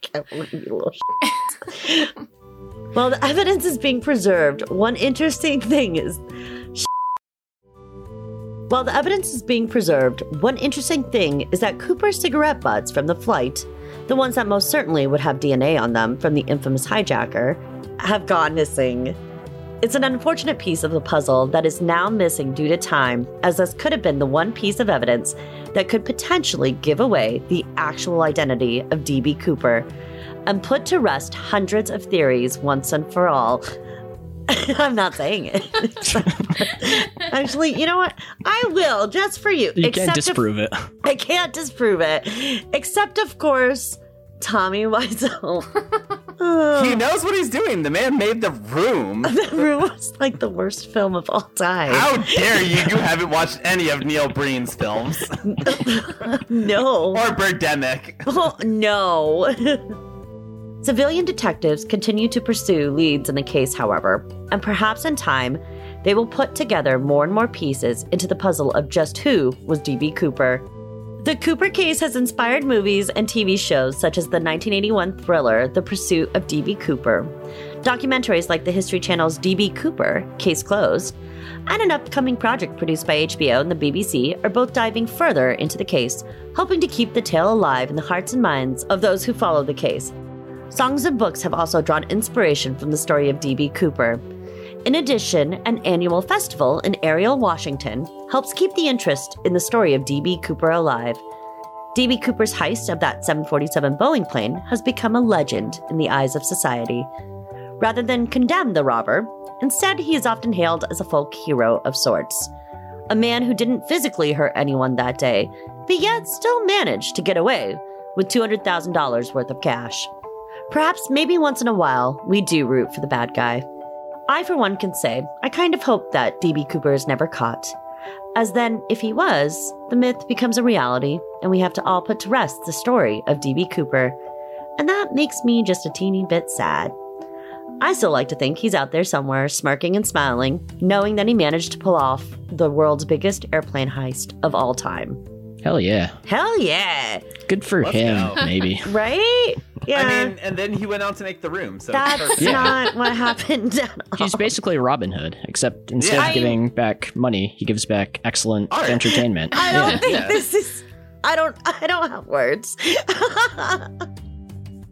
Can't believe you little shit. [LAUGHS] While the evidence is being preserved, one interesting thing is. [LAUGHS] While the evidence is being preserved, one interesting thing is that Cooper's cigarette butts from the flight, the ones that most certainly would have DNA on them from the infamous hijacker, have gone missing. It's an unfortunate piece of the puzzle that is now missing due to time, as this could have been the one piece of evidence that could potentially give away the actual identity of DB Cooper and put to rest hundreds of theories once and for all. [LAUGHS] I'm not saying it. [LAUGHS] Actually, you know what? I will just for you.
You
Except
can't
if-
disprove it.
[LAUGHS] I can't disprove it. Except, of course, Tommy Wiseau. [LAUGHS] Oh.
He knows what he's doing. The man made the
[LAUGHS]
room.
The Room was like the worst film of all time.
How dare you? You haven't watched any of Neil Breen's
[LAUGHS]
films
No.
or Birdemic.
Oh, no. [LAUGHS] Civilian detectives continue to pursue leads in the case, however, and perhaps in time, they will put together more and more pieces into the puzzle of just who was D.B. Cooper. The Cooper case has inspired movies and TV shows such as the 1981 thriller The Pursuit of D.B. Cooper, documentaries like the History Channel's D.B. Cooper, Case Closed, and an upcoming project produced by HBO and the BBC are both diving further into the case, hoping to keep the tale alive in the hearts and minds of those who follow the case. Songs and books have also drawn inspiration from the story of D.B. Cooper. In addition, an annual festival in Ariel, Washington helps keep the interest in the story of D.B. Cooper alive. D.B. Cooper's heist of that 747 Boeing plane has become a legend in the eyes of society. Rather than condemn the robber, instead he is often hailed as a folk hero of sorts. A man who didn't physically hurt anyone that day, but yet still managed to get away with $200,000 worth of cash. Perhaps maybe once in a while, we do root for the bad guy. I, for one, can say I kind of hope that DB Cooper is never caught. As then, if he was, the myth becomes a reality, and we have to all put to rest the story of DB Cooper. And that makes me just a teeny bit sad. I still like to think he's out there somewhere, smirking and smiling, knowing that he managed to pull off the world's biggest airplane heist of all time.
Hell yeah.
Hell yeah!
Good for
Let's
him,
go.
maybe.
Right? Yeah.
I mean, and then he went on to make the room. So it's
That's
perfect.
Yeah.
not what happened at all.
He's basically Robin Hood, except instead
Yeah.
of giving back money, he gives back excellent
Art.
entertainment.
I don't think
Yeah.
this is. I don't. [LAUGHS] I don't have words.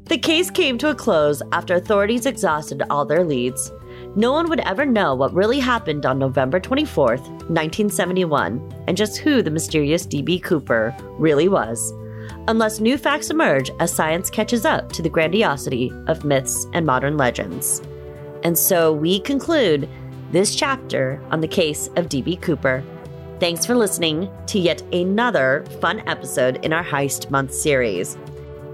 the case came to a close after authorities exhausted all their leads. No one would ever know what really happened on November 24th, 1971, and just who the mysterious D.B. Cooper really was, unless new facts emerge as science catches up to the grandiosity of myths and modern legends. And so we conclude this chapter on the case of D.B. Cooper. Thanks for listening to yet another fun episode in our Heist Month series.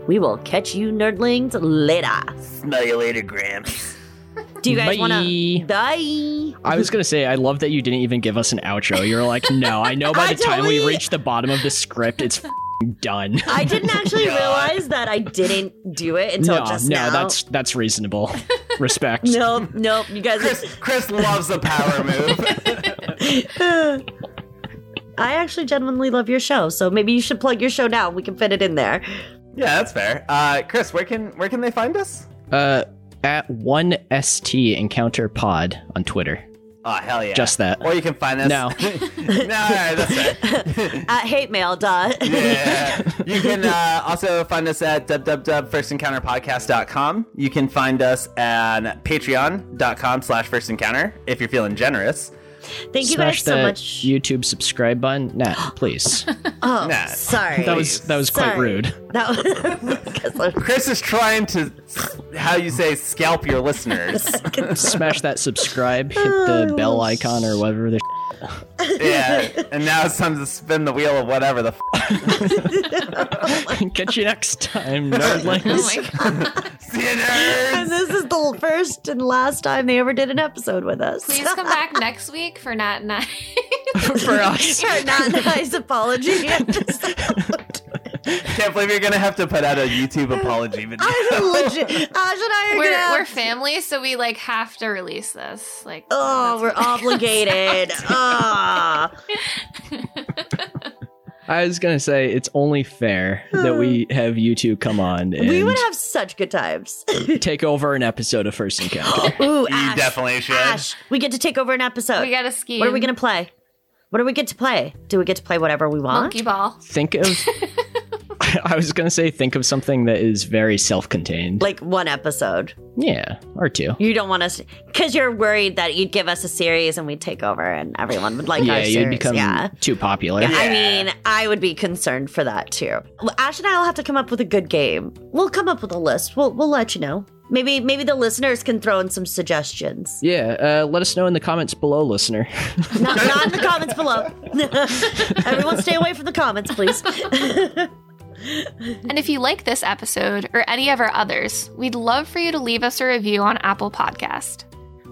We will catch you nerdlings later.
Smell you later, Gramps.
Do you guys want to?
Bye.
Bye.
I was gonna say, I love that you didn't even give us an outro. You're like, no, I know by
I
the time we
totally-
reach the bottom of the script, it's f***ing done.
I didn't
[LAUGHS]
actually
God.
realize that I didn't do it until
no,
just
no,
now.
that's that's reasonable. Respect.
nope, nope.
[LAUGHS]
You guys,
Chris, Chris loves a power
[LAUGHS]
move.
I actually genuinely love your show, so maybe you should plug your show now. We can fit it in there.
yeah, that's fair. Uh, Chris, where can where can they find us?
Uh, at one st encounter pod on Twitter.
Oh hell yeah!
Just that.
or you can find us.
No.
[LAUGHS] no, all right, that's fair.
At hate mail. Duh.
[LAUGHS] yeah. You can uh, also find us at www.firstencounterpodcast.com. You can find us on patreon.com slash firstencounter if you're feeling generous.
Thank you
Smash
guys so
that
much.
YouTube subscribe button. Nah, please.
oh,
Nah.
sorry.
that was that was quite
Sorry.
rude.
That was.
Chris is trying to, how you say, scalp your listeners.
Smash that subscribe, hit the bell icon or whatever the [LAUGHS]
yeah, and now it's time to spin the wheel of whatever the. F-
Catch you next time, nerdlings.
Oh
[LAUGHS]
my god.
[LAUGHS] See you, nerds!
[LAUGHS]
and this is the first and last time they ever did an episode with us.
Please come back next week for Nat and I.
For us.
Our not nice apology [LAUGHS] episode.
Can't believe you're gonna have to put out a YouTube apology video.
I am legit. Ash and I
Ah,
are
we're,
gonna.
we're family, so we like have to release this. Like,
oh,
that's
we're
what it [LAUGHS]
obligated. Ah.
I was gonna say it's only fair that we have you two come on and
Hmm. we would have such good times.
take over an episode of First
[GASPS]
Encounter.
Ooh,
[LAUGHS] you
Ash,
definitely should.
Ash, we get to take over an episode.
We gotta ski.
what are we gonna play? What do we get to play? Do we get to play whatever we want?
monkey ball?
[LAUGHS]
think of I was gonna say think of something that is very self-contained.
Like one episode.
yeah, or two.
You don't want us because you're worried that you'd give us a series and we'd take over and everyone would like
yeah,
our
you'd
series.
become
yeah.
too popular.
Yeah, I
Yeah.
mean, I would be concerned for that too. Well, Ash and I will have to come up with a good game. We'll come up with a list. We'll we'll let you know. Maybe maybe the listeners can throw in some suggestions.
Yeah, uh, let us know in the comments below, listener.
Not, not in the comments below. [LAUGHS] Everyone, stay away from the comments, please.
And if you like this episode or any of our others, we'd love for you to leave us a review on Apple Podcast.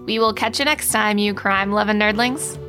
We will catch you next time, you crime loving nerdlings.